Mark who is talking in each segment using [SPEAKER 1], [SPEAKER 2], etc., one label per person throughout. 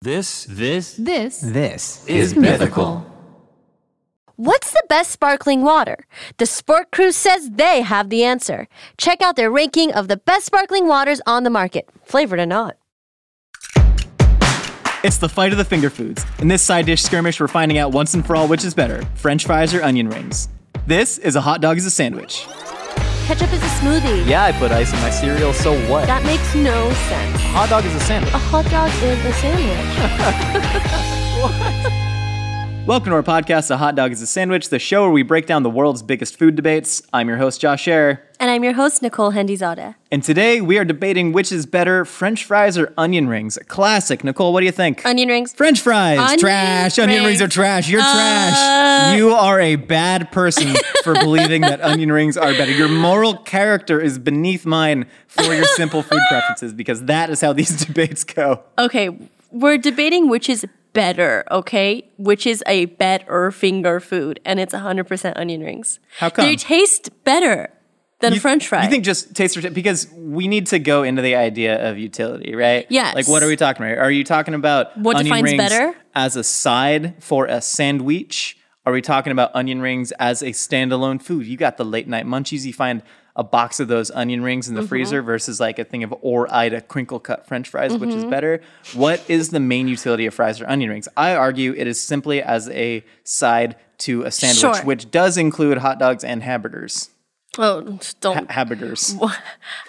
[SPEAKER 1] This, this
[SPEAKER 2] This
[SPEAKER 3] This
[SPEAKER 1] is mythical.
[SPEAKER 4] What's the best sparkling water? The Sport Crew says they have the answer. Check out their ranking of the best sparkling waters on the market, flavored or not.
[SPEAKER 5] It's the fight of the finger foods. In this side dish skirmish, we're finding out once and for all which is better french fries or onion rings. This is a hot dog as a sandwich.
[SPEAKER 4] Ketchup is a smoothie.
[SPEAKER 3] Yeah, I put ice in my cereal, so what?
[SPEAKER 4] That makes no sense.
[SPEAKER 3] Hot dog is a sandwich.
[SPEAKER 4] A hot dog is a sandwich.
[SPEAKER 5] Welcome to our podcast, A Hot Dog is a Sandwich, the show where we break down the world's biggest food debates. I'm your host, Josh Scherer,
[SPEAKER 4] And I'm your host, Nicole Hendizada.
[SPEAKER 5] and today we are debating which is better french fries or onion rings. A classic. Nicole, what do you think?
[SPEAKER 4] Onion rings. Uh.
[SPEAKER 5] French fries,
[SPEAKER 2] Onion
[SPEAKER 5] trash. Onion rings
[SPEAKER 2] rings.
[SPEAKER 5] are trash. You're trash. You are a bad person for believing that onion rings are better. Your moral character is beneath mine for your simple food preferences because that is how these debates go.
[SPEAKER 2] Okay, we're debating which is better, okay? Which is a better finger food, and it's 100% onion rings.
[SPEAKER 5] How come?
[SPEAKER 2] They taste better than french fries.
[SPEAKER 5] You think just taste or t- because we need to go into the idea of utility, right?
[SPEAKER 2] Yes.
[SPEAKER 5] Like what are we talking about? Are you talking about
[SPEAKER 2] What
[SPEAKER 5] onion
[SPEAKER 2] defines
[SPEAKER 5] rings
[SPEAKER 2] better?
[SPEAKER 5] as a side for a sandwich? Are we talking about onion rings as a standalone food? You got the late night munchies. You find a box of those onion rings in the
[SPEAKER 2] Mm-hmm.
[SPEAKER 5] freezer versus like a thing of or Ida crinkle cut French fries, which
[SPEAKER 2] Mm-hmm.
[SPEAKER 5] is better. What is the main utility of fries or onion rings? I argue it is simply as a side to a sandwich,
[SPEAKER 2] Sure.
[SPEAKER 5] which does include hot dogs and hamburgers.
[SPEAKER 2] Oh, don't.
[SPEAKER 5] Hamburgers.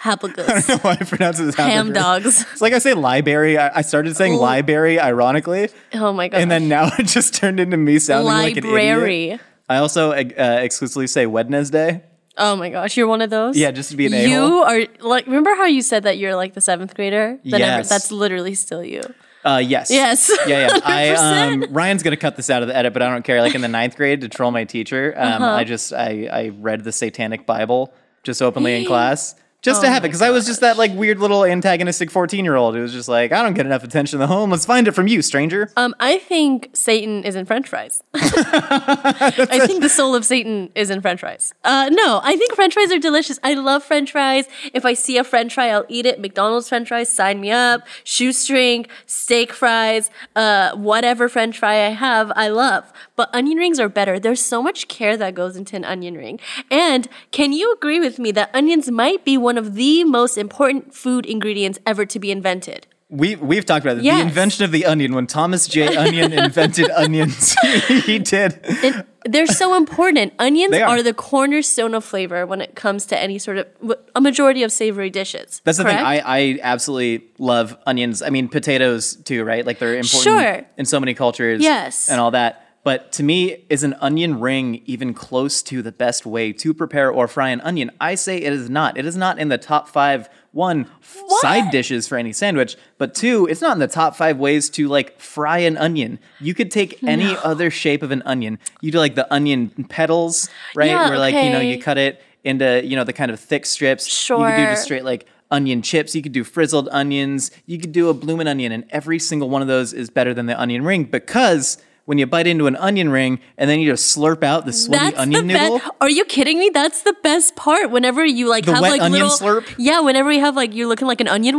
[SPEAKER 2] Habagus.
[SPEAKER 5] Why I pronounce it as
[SPEAKER 2] Ham
[SPEAKER 5] hamburger.
[SPEAKER 2] dogs.
[SPEAKER 5] It's like I say library. I, I started saying library ironically,
[SPEAKER 2] Oh my god.
[SPEAKER 5] and then now it just turned into me sounding like an idiot.
[SPEAKER 2] library.
[SPEAKER 5] I also uh, exclusively say Wednesday.
[SPEAKER 2] oh my gosh, you're one of those.
[SPEAKER 5] Yeah, just to be an
[SPEAKER 2] You
[SPEAKER 5] a-hole.
[SPEAKER 2] are like. Remember how you said that you're like the seventh grader? That
[SPEAKER 5] Yes.
[SPEAKER 2] that's literally still you.
[SPEAKER 5] Uh, yes.
[SPEAKER 2] Yes.
[SPEAKER 5] Yeah, yeah. I, um, Ryan's gonna cut this out of the edit, but I don't care. Like in the ninth grade, to troll my teacher, um,
[SPEAKER 2] Uh-huh.
[SPEAKER 5] I just I, I read the Satanic Bible just openly in class. Just
[SPEAKER 2] Oh
[SPEAKER 5] to have it, because I was just that like weird little antagonistic fourteen year old who was just like, I don't get enough attention in the home. Let's find it from you, stranger.
[SPEAKER 2] Um, I think Satan is in French fries. I think the soul of Satan is in French fries. Uh, no, I think French fries are delicious. I love French fries. If I see a French fry, I'll eat it. McDonald's French fries, sign me up. Shoestring, steak fries, uh, whatever French fry I have, I love. But onion rings are better. There's so much care that goes into an onion ring. And can you agree with me that onions might be one of the most important food ingredients ever to be invented?
[SPEAKER 5] We we've talked about it. The
[SPEAKER 2] Yes.
[SPEAKER 5] invention of the onion. When Thomas J. Onion invented onions, he did.
[SPEAKER 2] And they're so important. Onions
[SPEAKER 5] They
[SPEAKER 2] are.
[SPEAKER 5] are.
[SPEAKER 2] the cornerstone of flavor when it comes to any sort of a majority of savory dishes.
[SPEAKER 5] That's the
[SPEAKER 2] correct?
[SPEAKER 5] thing. I, I absolutely love onions. I mean, potatoes too, right? Like they're important
[SPEAKER 2] Sure.
[SPEAKER 5] in so many cultures.
[SPEAKER 2] Yes.
[SPEAKER 5] and all that. But to me, is an onion ring even close to the best way to prepare or fry an onion? I say it is not. It is not in the top five one f- side dishes for any sandwich, but two, it's not in the top five ways to like fry an onion. You could take any other shape of an onion. You do like the onion petals, right?
[SPEAKER 2] Yeah,
[SPEAKER 5] Where like you know
[SPEAKER 2] okay.
[SPEAKER 5] you cut it into you know the kind of thick strips. You could do just
[SPEAKER 2] Sure.
[SPEAKER 5] straight straight, like onion chips. You could do frizzled onions. You could do a bloomin' onion, and every single one of those is better than the onion ring because when you bite into an onion ring and then you just slurp out the swimmy
[SPEAKER 2] That's the
[SPEAKER 5] onion noodle.
[SPEAKER 2] best. Are you kidding me? That's the best part. Whenever you like
[SPEAKER 5] The
[SPEAKER 2] have
[SPEAKER 5] wet
[SPEAKER 2] like
[SPEAKER 5] onion
[SPEAKER 2] little
[SPEAKER 5] slurp?
[SPEAKER 2] Yeah, whenever you have like you're looking like an onion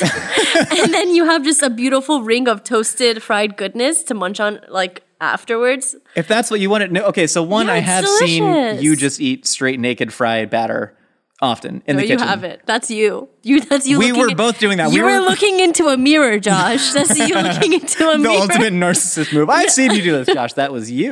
[SPEAKER 2] and then you have just a beautiful ring of toasted fried goodness to munch on like afterwards.
[SPEAKER 5] If that's what you want to know, okay. So one,
[SPEAKER 2] Yeah,
[SPEAKER 5] I
[SPEAKER 2] it's
[SPEAKER 5] have seen
[SPEAKER 2] delicious.
[SPEAKER 5] you just eat straight naked fried batter often in
[SPEAKER 2] No,
[SPEAKER 5] the
[SPEAKER 2] you
[SPEAKER 5] kitchen.
[SPEAKER 2] have it. That's you. You. That's you.
[SPEAKER 5] We
[SPEAKER 2] looking
[SPEAKER 5] were
[SPEAKER 2] in-
[SPEAKER 5] both doing that. We
[SPEAKER 2] You were,
[SPEAKER 5] were-
[SPEAKER 2] looking into a mirror, Josh. That's you looking into a
[SPEAKER 5] The
[SPEAKER 2] mirror.
[SPEAKER 5] ultimate narcissist move. I've seen you do this, Josh. That was you.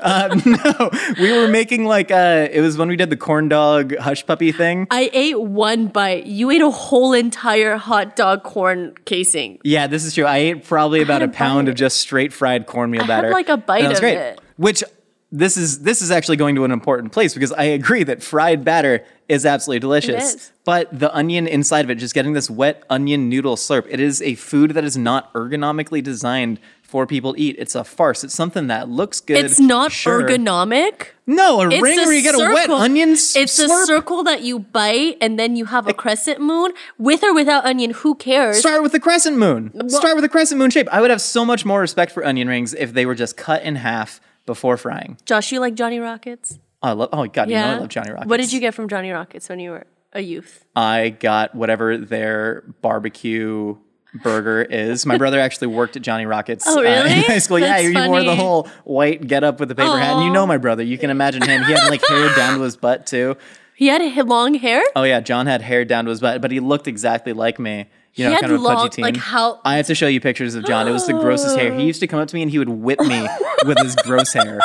[SPEAKER 5] Uh, no, we were making like uh, it was when we did the corn dog hush puppy thing.
[SPEAKER 2] I ate one bite. You ate a whole entire hot dog corn casing.
[SPEAKER 5] Yeah, this is true. I ate probably about a
[SPEAKER 2] had a
[SPEAKER 5] pound
[SPEAKER 2] bite.
[SPEAKER 5] of just straight fried cornmeal
[SPEAKER 2] I had,
[SPEAKER 5] batter.
[SPEAKER 2] like, a bite
[SPEAKER 5] and that was
[SPEAKER 2] of
[SPEAKER 5] great.
[SPEAKER 2] it.
[SPEAKER 5] Which this is this is actually going to an important place because I agree that fried batter is absolutely delicious.
[SPEAKER 2] is.
[SPEAKER 5] But the onion inside of it, just getting this wet onion noodle slurp, it is a food that is not ergonomically designed for people to eat. It's a farce. It's something that looks good.
[SPEAKER 2] It's not
[SPEAKER 5] sure.
[SPEAKER 2] ergonomic.
[SPEAKER 5] No, a
[SPEAKER 2] It's
[SPEAKER 5] ring
[SPEAKER 2] a
[SPEAKER 5] where you get a wet
[SPEAKER 2] circle.
[SPEAKER 5] onion s-
[SPEAKER 2] It's
[SPEAKER 5] slurp.
[SPEAKER 2] a circle that you bite, and then you have a crescent moon with or without onion. Who cares?
[SPEAKER 5] Start with the crescent moon. Start with a crescent moon shape. I would have so much more respect for onion rings if they were just cut in half before frying.
[SPEAKER 2] Josh, you like Johnny Rockets?
[SPEAKER 5] I love. Oh God, you know I love Johnny Rockets.
[SPEAKER 2] What did you get from Johnny Rockets when you were a youth?
[SPEAKER 5] I got whatever their barbecue burger is. My brother actually worked at Johnny Rockets uh,
[SPEAKER 2] Oh,
[SPEAKER 5] in
[SPEAKER 2] really?
[SPEAKER 5] high school. yeah,
[SPEAKER 2] That's
[SPEAKER 5] he wore the
[SPEAKER 2] funny.
[SPEAKER 5] whole white get up with the paper hat. And you
[SPEAKER 2] Aw.
[SPEAKER 5] know my brother. You can imagine him. He had like hair down to his butt too.
[SPEAKER 2] He had h- long hair.
[SPEAKER 5] Oh yeah, John had hair down to his butt, but he looked exactly like me. You know,
[SPEAKER 2] had
[SPEAKER 5] kind of a pudgy
[SPEAKER 2] long-
[SPEAKER 5] teen.
[SPEAKER 2] like how-
[SPEAKER 5] I have to show you pictures of John. It was the grossest hair. He used to come up to me and he would whip me with his gross hair.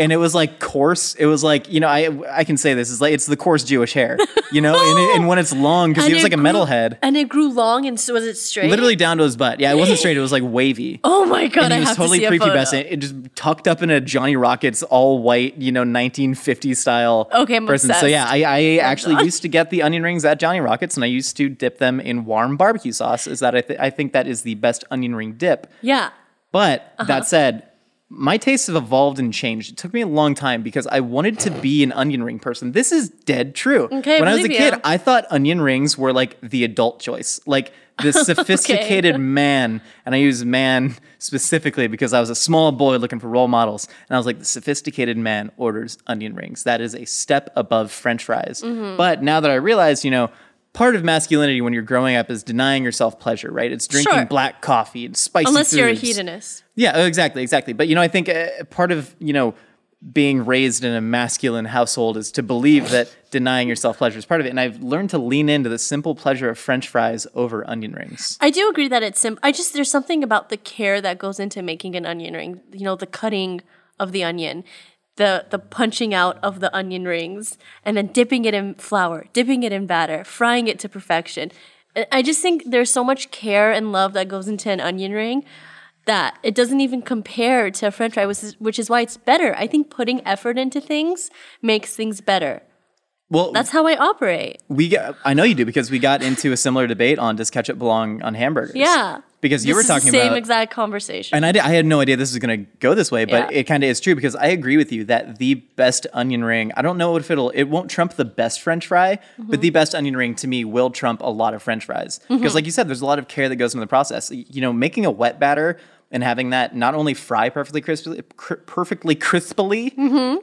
[SPEAKER 5] And it was like coarse. It was like you know I I can say this. It's like it's the coarse Jewish hair, you know. And, it, and when it's long, because he
[SPEAKER 2] And
[SPEAKER 5] was
[SPEAKER 2] it
[SPEAKER 5] like a
[SPEAKER 2] grew-
[SPEAKER 5] metalhead,
[SPEAKER 2] And it grew long, and so was it straight?
[SPEAKER 5] literally down to his butt. Yeah, it wasn't straight. It was like wavy.
[SPEAKER 2] Oh my god!
[SPEAKER 5] and
[SPEAKER 2] I
[SPEAKER 5] he was
[SPEAKER 2] have
[SPEAKER 5] totally
[SPEAKER 2] to see a photo.
[SPEAKER 5] prepubescent. It just tucked up in a Johnny Rockets all white, you know, 1950s style
[SPEAKER 2] Okay, I'm
[SPEAKER 5] person. So
[SPEAKER 2] obsessed.
[SPEAKER 5] yeah, I, I actually used to get the onion rings at Johnny Rockets, and I used to dip them in warm barbecue sauce. Is that I, th- I think that is the best onion ring dip.
[SPEAKER 2] Yeah.
[SPEAKER 5] But
[SPEAKER 2] Uh-huh.
[SPEAKER 5] that said, my tastes have evolved and changed. It took me a long time because I wanted to be an onion ring person. This is dead true.
[SPEAKER 2] Okay,
[SPEAKER 5] when I was a
[SPEAKER 2] believe
[SPEAKER 5] kid,
[SPEAKER 2] you.
[SPEAKER 5] I thought onion rings were like the adult choice, like the sophisticated man. And I use man specifically because I was a small boy looking for role models. And I was like, the sophisticated man orders onion rings. That is a step above french fries.
[SPEAKER 2] Mm-hmm.
[SPEAKER 5] But now that I realize, you know, Part of masculinity when you're growing up is denying yourself pleasure, right? It's drinking
[SPEAKER 2] Sure.
[SPEAKER 5] black coffee and spicy
[SPEAKER 2] Unless you're a
[SPEAKER 5] foods.
[SPEAKER 2] hedonist.
[SPEAKER 5] Yeah, oh, exactly, exactly. But you know, I think uh, part of you know being raised in a masculine household is to believe that denying yourself pleasure is part of it. And I've learned to lean into the simple pleasure of French fries over onion rings.
[SPEAKER 2] I do agree that it's simple. I just there's something about the care that goes into making an onion ring. You know, the cutting of the onion, the the punching out of the onion rings, and then dipping it in flour, dipping it in batter, frying it to perfection. And I just think there's so much care and love that goes into an onion ring that it doesn't even compare to a french fry, which is, which is why it's better. I think putting effort into things makes things better.
[SPEAKER 5] Well,
[SPEAKER 2] That's how I operate.
[SPEAKER 5] we got, I know you do because we got into a similar debate on does ketchup belong on hamburgers?
[SPEAKER 2] Yeah.
[SPEAKER 5] Because you
[SPEAKER 2] This
[SPEAKER 5] were
[SPEAKER 2] is the
[SPEAKER 5] talking
[SPEAKER 2] same
[SPEAKER 5] about
[SPEAKER 2] exact conversation.
[SPEAKER 5] And I, di- I had no idea this was going to go this way, but
[SPEAKER 2] Yeah.
[SPEAKER 5] it kind of is true because I agree with you that the best onion ring, I don't know if it'll, it won't trump the best french fry,
[SPEAKER 2] Mm-hmm.
[SPEAKER 5] but the best onion ring to me will trump a lot of french fries. Because, like you said, there's a lot of care that goes into the process. Y- You know, making a wet batter and having that not only fry perfectly crisply, cr- perfectly crispily,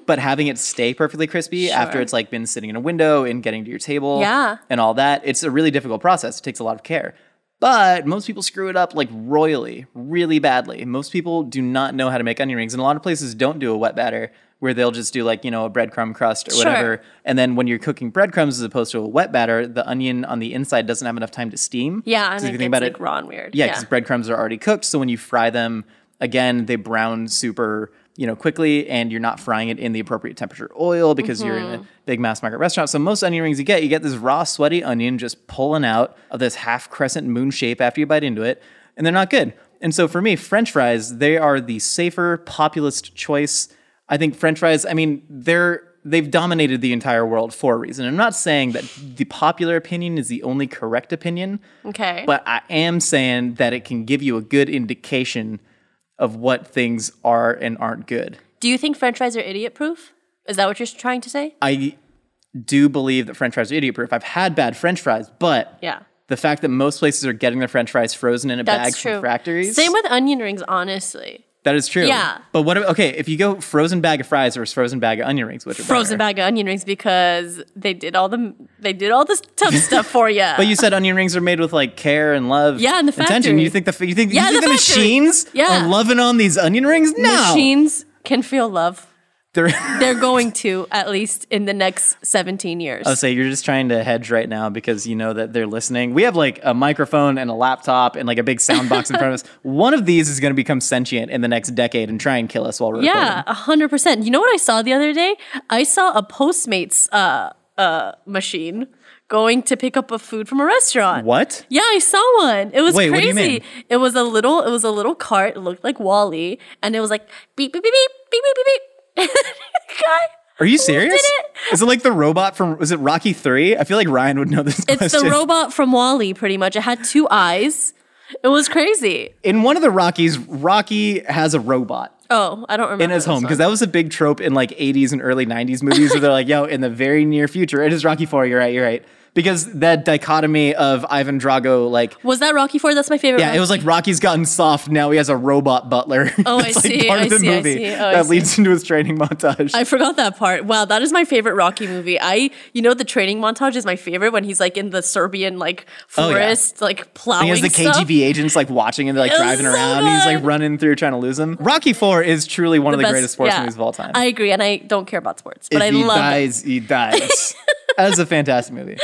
[SPEAKER 5] but having it stay perfectly crispy after
[SPEAKER 2] Mm-hmm. Sure.
[SPEAKER 5] it's like been sitting in a window and getting to your table
[SPEAKER 2] Yeah.
[SPEAKER 5] and all that. It's a really difficult process. It takes a lot of care. But most people screw it up like royally, really badly. Most people do not know how to make onion rings, and a lot of places don't do a wet batter where they'll just do like, you know, a breadcrumb crust or
[SPEAKER 2] Sure.
[SPEAKER 5] whatever. And then when you're cooking breadcrumbs as opposed to a wet batter, the onion on the inside doesn't have enough time to steam.
[SPEAKER 2] yeah, and
[SPEAKER 5] So if you
[SPEAKER 2] it
[SPEAKER 5] think
[SPEAKER 2] gets
[SPEAKER 5] about
[SPEAKER 2] like
[SPEAKER 5] it,
[SPEAKER 2] raw and weird.
[SPEAKER 5] yeah, because breadcrumbs are already cooked. So when you fry them again, they brown super, you know, quickly, and you're not frying it in the appropriate temperature oil because you're in a big mass market restaurant. So most onion rings you get, you get this raw, sweaty onion just pulling out of this half crescent moon shape after you bite into it, and they're not good. And so for me, French fries, they are the safer, populist choice. I think French fries, I mean, they're they've dominated the entire world for a reason. I'm not saying that the popular opinion is the only correct opinion.
[SPEAKER 2] Okay.
[SPEAKER 5] But I am saying that it can give you a good indication of what things are and aren't good.
[SPEAKER 2] Do you think French fries are idiot proof? Is that what you're trying to say?
[SPEAKER 5] I do believe that French fries are idiot proof. I've had bad French fries, but
[SPEAKER 2] yeah.
[SPEAKER 5] the fact that most places are getting their French fries frozen in a bag
[SPEAKER 2] That's true.
[SPEAKER 5] from factories.
[SPEAKER 2] Same with onion rings, honestly.
[SPEAKER 5] that is true.
[SPEAKER 2] Yeah.
[SPEAKER 5] But what? ab- Okay, if you go frozen bag of fries versus frozen bag of onion rings, which are
[SPEAKER 2] Frozen
[SPEAKER 5] better?
[SPEAKER 2] bag of onion rings because they did all the they did all this tough stuff for you.
[SPEAKER 5] But you said onion rings are made with like care and love.
[SPEAKER 2] Yeah, and the
[SPEAKER 5] attention.
[SPEAKER 2] factory.
[SPEAKER 5] You think the f- you think,
[SPEAKER 2] Yeah,
[SPEAKER 5] you think the,
[SPEAKER 2] the factory.
[SPEAKER 5] machines
[SPEAKER 2] Yeah.
[SPEAKER 5] are loving on these onion rings? No,
[SPEAKER 2] machines can feel love.
[SPEAKER 5] They're-
[SPEAKER 2] They're going to at least in the next 17 years.
[SPEAKER 5] I would say you're just trying to hedge right now because you know that they're listening. We have like a microphone and a laptop and like a big sound box in front of us. One of these is going to become sentient in the next decade and try and kill us while we're
[SPEAKER 2] Yeah, a hundred percent. You know what I saw the other day? I saw a Postmates uh, uh, machine going to pick up a food from a restaurant.
[SPEAKER 5] recording. What?
[SPEAKER 2] Yeah, I saw one. It was
[SPEAKER 5] Wait,
[SPEAKER 2] crazy.
[SPEAKER 5] what do you mean?
[SPEAKER 2] It was a little. It was a little cart. It looked like Wally, and it was like beep beep beep beep beep beep beep. Guy.
[SPEAKER 5] Are you serious?
[SPEAKER 2] it.
[SPEAKER 5] Is it like the robot from was it Rocky 3? I feel like Ryan would know this
[SPEAKER 2] It's
[SPEAKER 5] question.
[SPEAKER 2] the robot from Wally, pretty much. It had two eyes. It was crazy.
[SPEAKER 5] in one of the Rockies, Rocky has a robot.
[SPEAKER 2] Oh, I don't remember.
[SPEAKER 5] in his
[SPEAKER 2] this
[SPEAKER 5] home because
[SPEAKER 2] one.
[SPEAKER 5] that was a big trope in like 80s and early 90s movies where they're like, yo, in the very near future, it is Rocky 4, you're right, you're right. because that dichotomy of Ivan Drago, like,
[SPEAKER 2] Was that Rocky Four? That's my favorite.
[SPEAKER 5] yeah, it was like Rocky's gotten soft. Now he has a robot butler.
[SPEAKER 2] Oh, I
[SPEAKER 5] That's, like,
[SPEAKER 2] see,
[SPEAKER 5] part
[SPEAKER 2] I
[SPEAKER 5] of the
[SPEAKER 2] see, I
[SPEAKER 5] movie
[SPEAKER 2] see. Oh, I
[SPEAKER 5] that
[SPEAKER 2] see.
[SPEAKER 5] leads into his training montage.
[SPEAKER 2] I forgot that part. Wow, that is my favorite Rocky movie. I, you know, the training montage is my favorite when he's like in the Serbian like
[SPEAKER 5] Oh, yeah.
[SPEAKER 2] forest, like plowing
[SPEAKER 5] And he has the
[SPEAKER 2] stuff.
[SPEAKER 5] KGB agents like watching and they're like
[SPEAKER 2] It was
[SPEAKER 5] driving
[SPEAKER 2] so
[SPEAKER 5] around. And he's like
[SPEAKER 2] good.
[SPEAKER 5] running through trying to lose him. Rocky Four is truly one of the
[SPEAKER 2] Best-
[SPEAKER 5] greatest sports
[SPEAKER 2] yeah.
[SPEAKER 5] movies of all time.
[SPEAKER 2] I agree, and I don't care about sports, but
[SPEAKER 5] if
[SPEAKER 2] I
[SPEAKER 5] he
[SPEAKER 2] love it.
[SPEAKER 5] dies, he dies. that is a fantastic movie.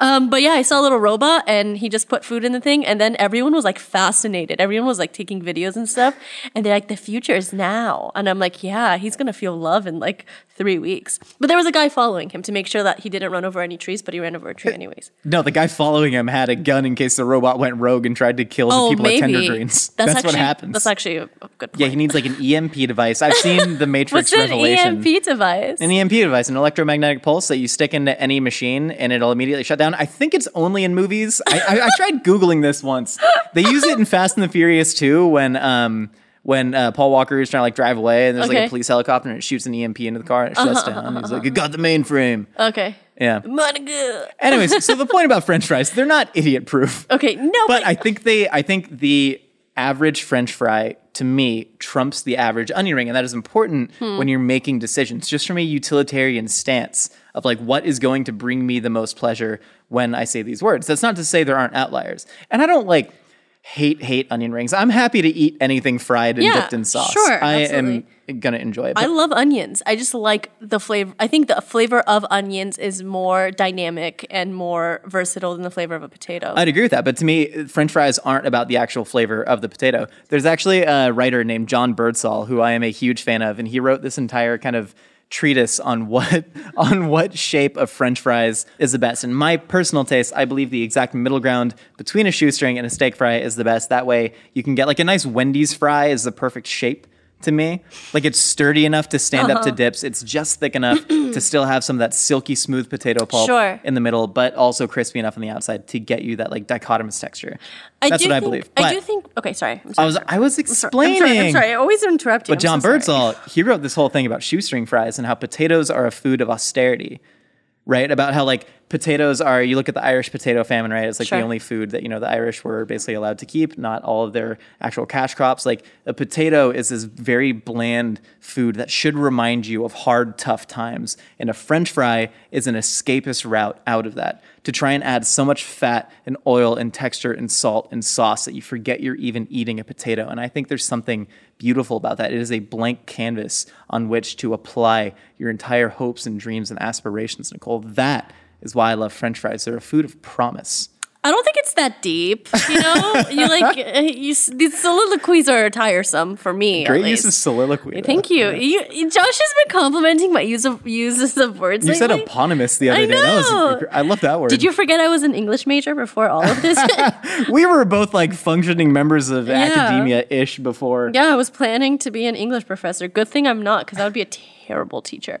[SPEAKER 2] Um, but yeah, I saw a little robot and he just put food in the thing, and then everyone was like fascinated. Everyone was like taking videos and stuff, and they're like, "The future is now," and I'm like, "Yeah, he's gonna feel love in like three weeks." But there was a guy following him to make sure that he didn't run over any trees, but he ran over a tree anyways.
[SPEAKER 5] No, the guy following him had a gun in case the robot went rogue and tried to kill the people at Tender Greens. That's,
[SPEAKER 2] actually,
[SPEAKER 5] what happens.
[SPEAKER 2] Oh, That's actually a a good point.
[SPEAKER 5] yeah, he needs like an EMP device. I've seen the Matrix
[SPEAKER 2] What's an E
[SPEAKER 5] Revelation.
[SPEAKER 2] EMP device?
[SPEAKER 5] An EMP device, an electromagnetic pulse that you stick into any machine and it'll immediately shut down. I think it's only in movies. I, I, I tried googling this once. They use it in Fast and the Furious too when um when uh, Paul Walker is trying to like drive away and there's like
[SPEAKER 2] Okay.
[SPEAKER 5] a police helicopter and it shoots an EMP into the car and it shuts down. He's like, "It got the mainframe."
[SPEAKER 2] okay.
[SPEAKER 5] Yeah.
[SPEAKER 2] Monica.
[SPEAKER 5] Anyways, so the point about French fries, they're not idiot proof.
[SPEAKER 2] Okay, no,
[SPEAKER 5] But
[SPEAKER 2] but,
[SPEAKER 5] I think they I think the average French fry to me trumps the average onion ring. And that is important when you're making decisions, just from a utilitarian stance of like what is going to bring me the most pleasure when I say these words. That's not to say there aren't outliers. And I don't like hate hate onion rings. I'm happy to eat anything fried and
[SPEAKER 2] Yeah,
[SPEAKER 5] dipped in sauce.
[SPEAKER 2] sure,
[SPEAKER 5] I am
[SPEAKER 2] absolutely.
[SPEAKER 5] gonna enjoy it.
[SPEAKER 2] I
[SPEAKER 5] But
[SPEAKER 2] love onions. I just like the flavor. I think the flavor of onions is more dynamic and more versatile than the flavor of a potato.
[SPEAKER 5] I'd agree with that. But to me, French fries aren't about the actual flavor of the potato. There's actually a writer named John Birdsall who I am a huge fan of, and he wrote this entire kind of treatise on what on what shape of French fries is the best. In my personal taste, I believe the exact middle ground between a shoestring and a steak fry is the best. That way, you can get like a nice Wendy's fry is the perfect shape. To me, like it's sturdy enough to stand
[SPEAKER 2] Uh-huh.
[SPEAKER 5] up to dips. It's just thick enough to still have some of that silky smooth potato pulp
[SPEAKER 2] Sure.
[SPEAKER 5] in the middle, but also crispy enough on the outside to get you that like dichotomous texture. That's
[SPEAKER 2] do
[SPEAKER 5] what I
[SPEAKER 2] think,
[SPEAKER 5] believe.
[SPEAKER 2] I
[SPEAKER 5] But
[SPEAKER 2] do think. Okay, sorry. I'm
[SPEAKER 5] I
[SPEAKER 2] sorry.
[SPEAKER 5] was I was
[SPEAKER 2] I'm
[SPEAKER 5] explaining.
[SPEAKER 2] sorry. I'm sorry. I always interrupt you.
[SPEAKER 5] But John
[SPEAKER 2] I'm so sorry.
[SPEAKER 5] Birdsall, he wrote this whole thing about shoestring fries and how potatoes are a food of austerity, right? About how like potatoes are. You look at the Irish potato famine, right? It's like
[SPEAKER 2] Sure.
[SPEAKER 5] the only food that you know the Irish were basically allowed to keep. Not all of their actual cash crops. Like a potato is this very bland food that should remind you of hard, tough times, and a French fry is an escapist route out of that to try and add so much fat and oil and texture and salt and sauce that you forget you're even eating a potato. And I think there's something beautiful about that. It is a blank canvas on which to apply your entire hopes and dreams and aspirations, Nicole. That is why I love French fries. They're a food of promise.
[SPEAKER 2] I don't think it's that deep. You know, you like uh, you, s- these soliloquies are tiresome for me. at
[SPEAKER 5] Great use of
[SPEAKER 2] least.
[SPEAKER 5] soliloquy.
[SPEAKER 2] Thank you. you. Josh has been complimenting my use of uses of words.
[SPEAKER 5] You said
[SPEAKER 2] lately.
[SPEAKER 5] eponymous the other
[SPEAKER 2] I
[SPEAKER 5] day. That was,
[SPEAKER 2] know.
[SPEAKER 5] I love that word.
[SPEAKER 2] Did you forget I was an English major before all of this?
[SPEAKER 5] we were both like functioning members of
[SPEAKER 2] Yeah.
[SPEAKER 5] academia ish before.
[SPEAKER 2] Yeah, I was planning to be an English professor. Good thing I'm not, because I would be a terrible teacher.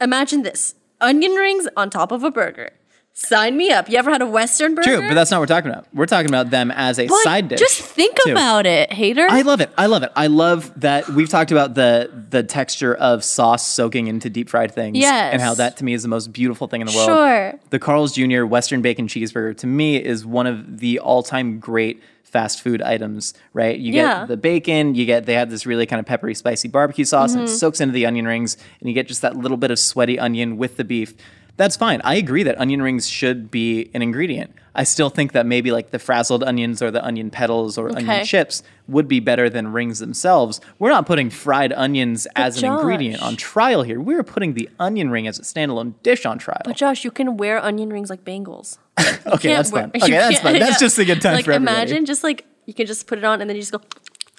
[SPEAKER 2] Imagine this onion rings on top of a burger. Sign me up. You ever had a Western burger?
[SPEAKER 5] True, but that's not what we're talking about. We're talking about them as a
[SPEAKER 2] But
[SPEAKER 5] side dish.
[SPEAKER 2] Just think
[SPEAKER 5] too.
[SPEAKER 2] about it, hater.
[SPEAKER 5] I love it. I love it. I love that we've talked about the the texture of sauce soaking into deep fried things.
[SPEAKER 2] Yes.
[SPEAKER 5] And how that to me is the most beautiful thing in the world.
[SPEAKER 2] Sure.
[SPEAKER 5] The Carl's Jr. Western Bacon Cheeseburger to me is one of the all time great fast food items, right? You
[SPEAKER 2] Yeah.
[SPEAKER 5] get the bacon, you get they have this really kind of peppery, spicy barbecue sauce,
[SPEAKER 2] Mm-hmm.
[SPEAKER 5] and it soaks into the onion rings, and you get just that little bit of sweaty onion with the beef. That's fine. I agree that onion rings should be an ingredient. I still think that maybe like the frazzled onions or the onion petals or
[SPEAKER 2] Okay.
[SPEAKER 5] onion chips would be better than rings themselves. We're not putting fried onions as an ingredient
[SPEAKER 2] Josh.
[SPEAKER 5] on trial here. We're putting the onion ring as a standalone dish on trial.
[SPEAKER 2] But Oh, Josh, you can wear onion rings like bangles.
[SPEAKER 5] okay,
[SPEAKER 2] Can't
[SPEAKER 5] that's
[SPEAKER 2] wear-
[SPEAKER 5] fun.
[SPEAKER 2] you
[SPEAKER 5] Okay, that's
[SPEAKER 2] can't-
[SPEAKER 5] fun. That's
[SPEAKER 2] yeah.
[SPEAKER 5] just a good time
[SPEAKER 2] like,
[SPEAKER 5] for everybody.
[SPEAKER 2] Imagine just like you can just put it on and then you just go.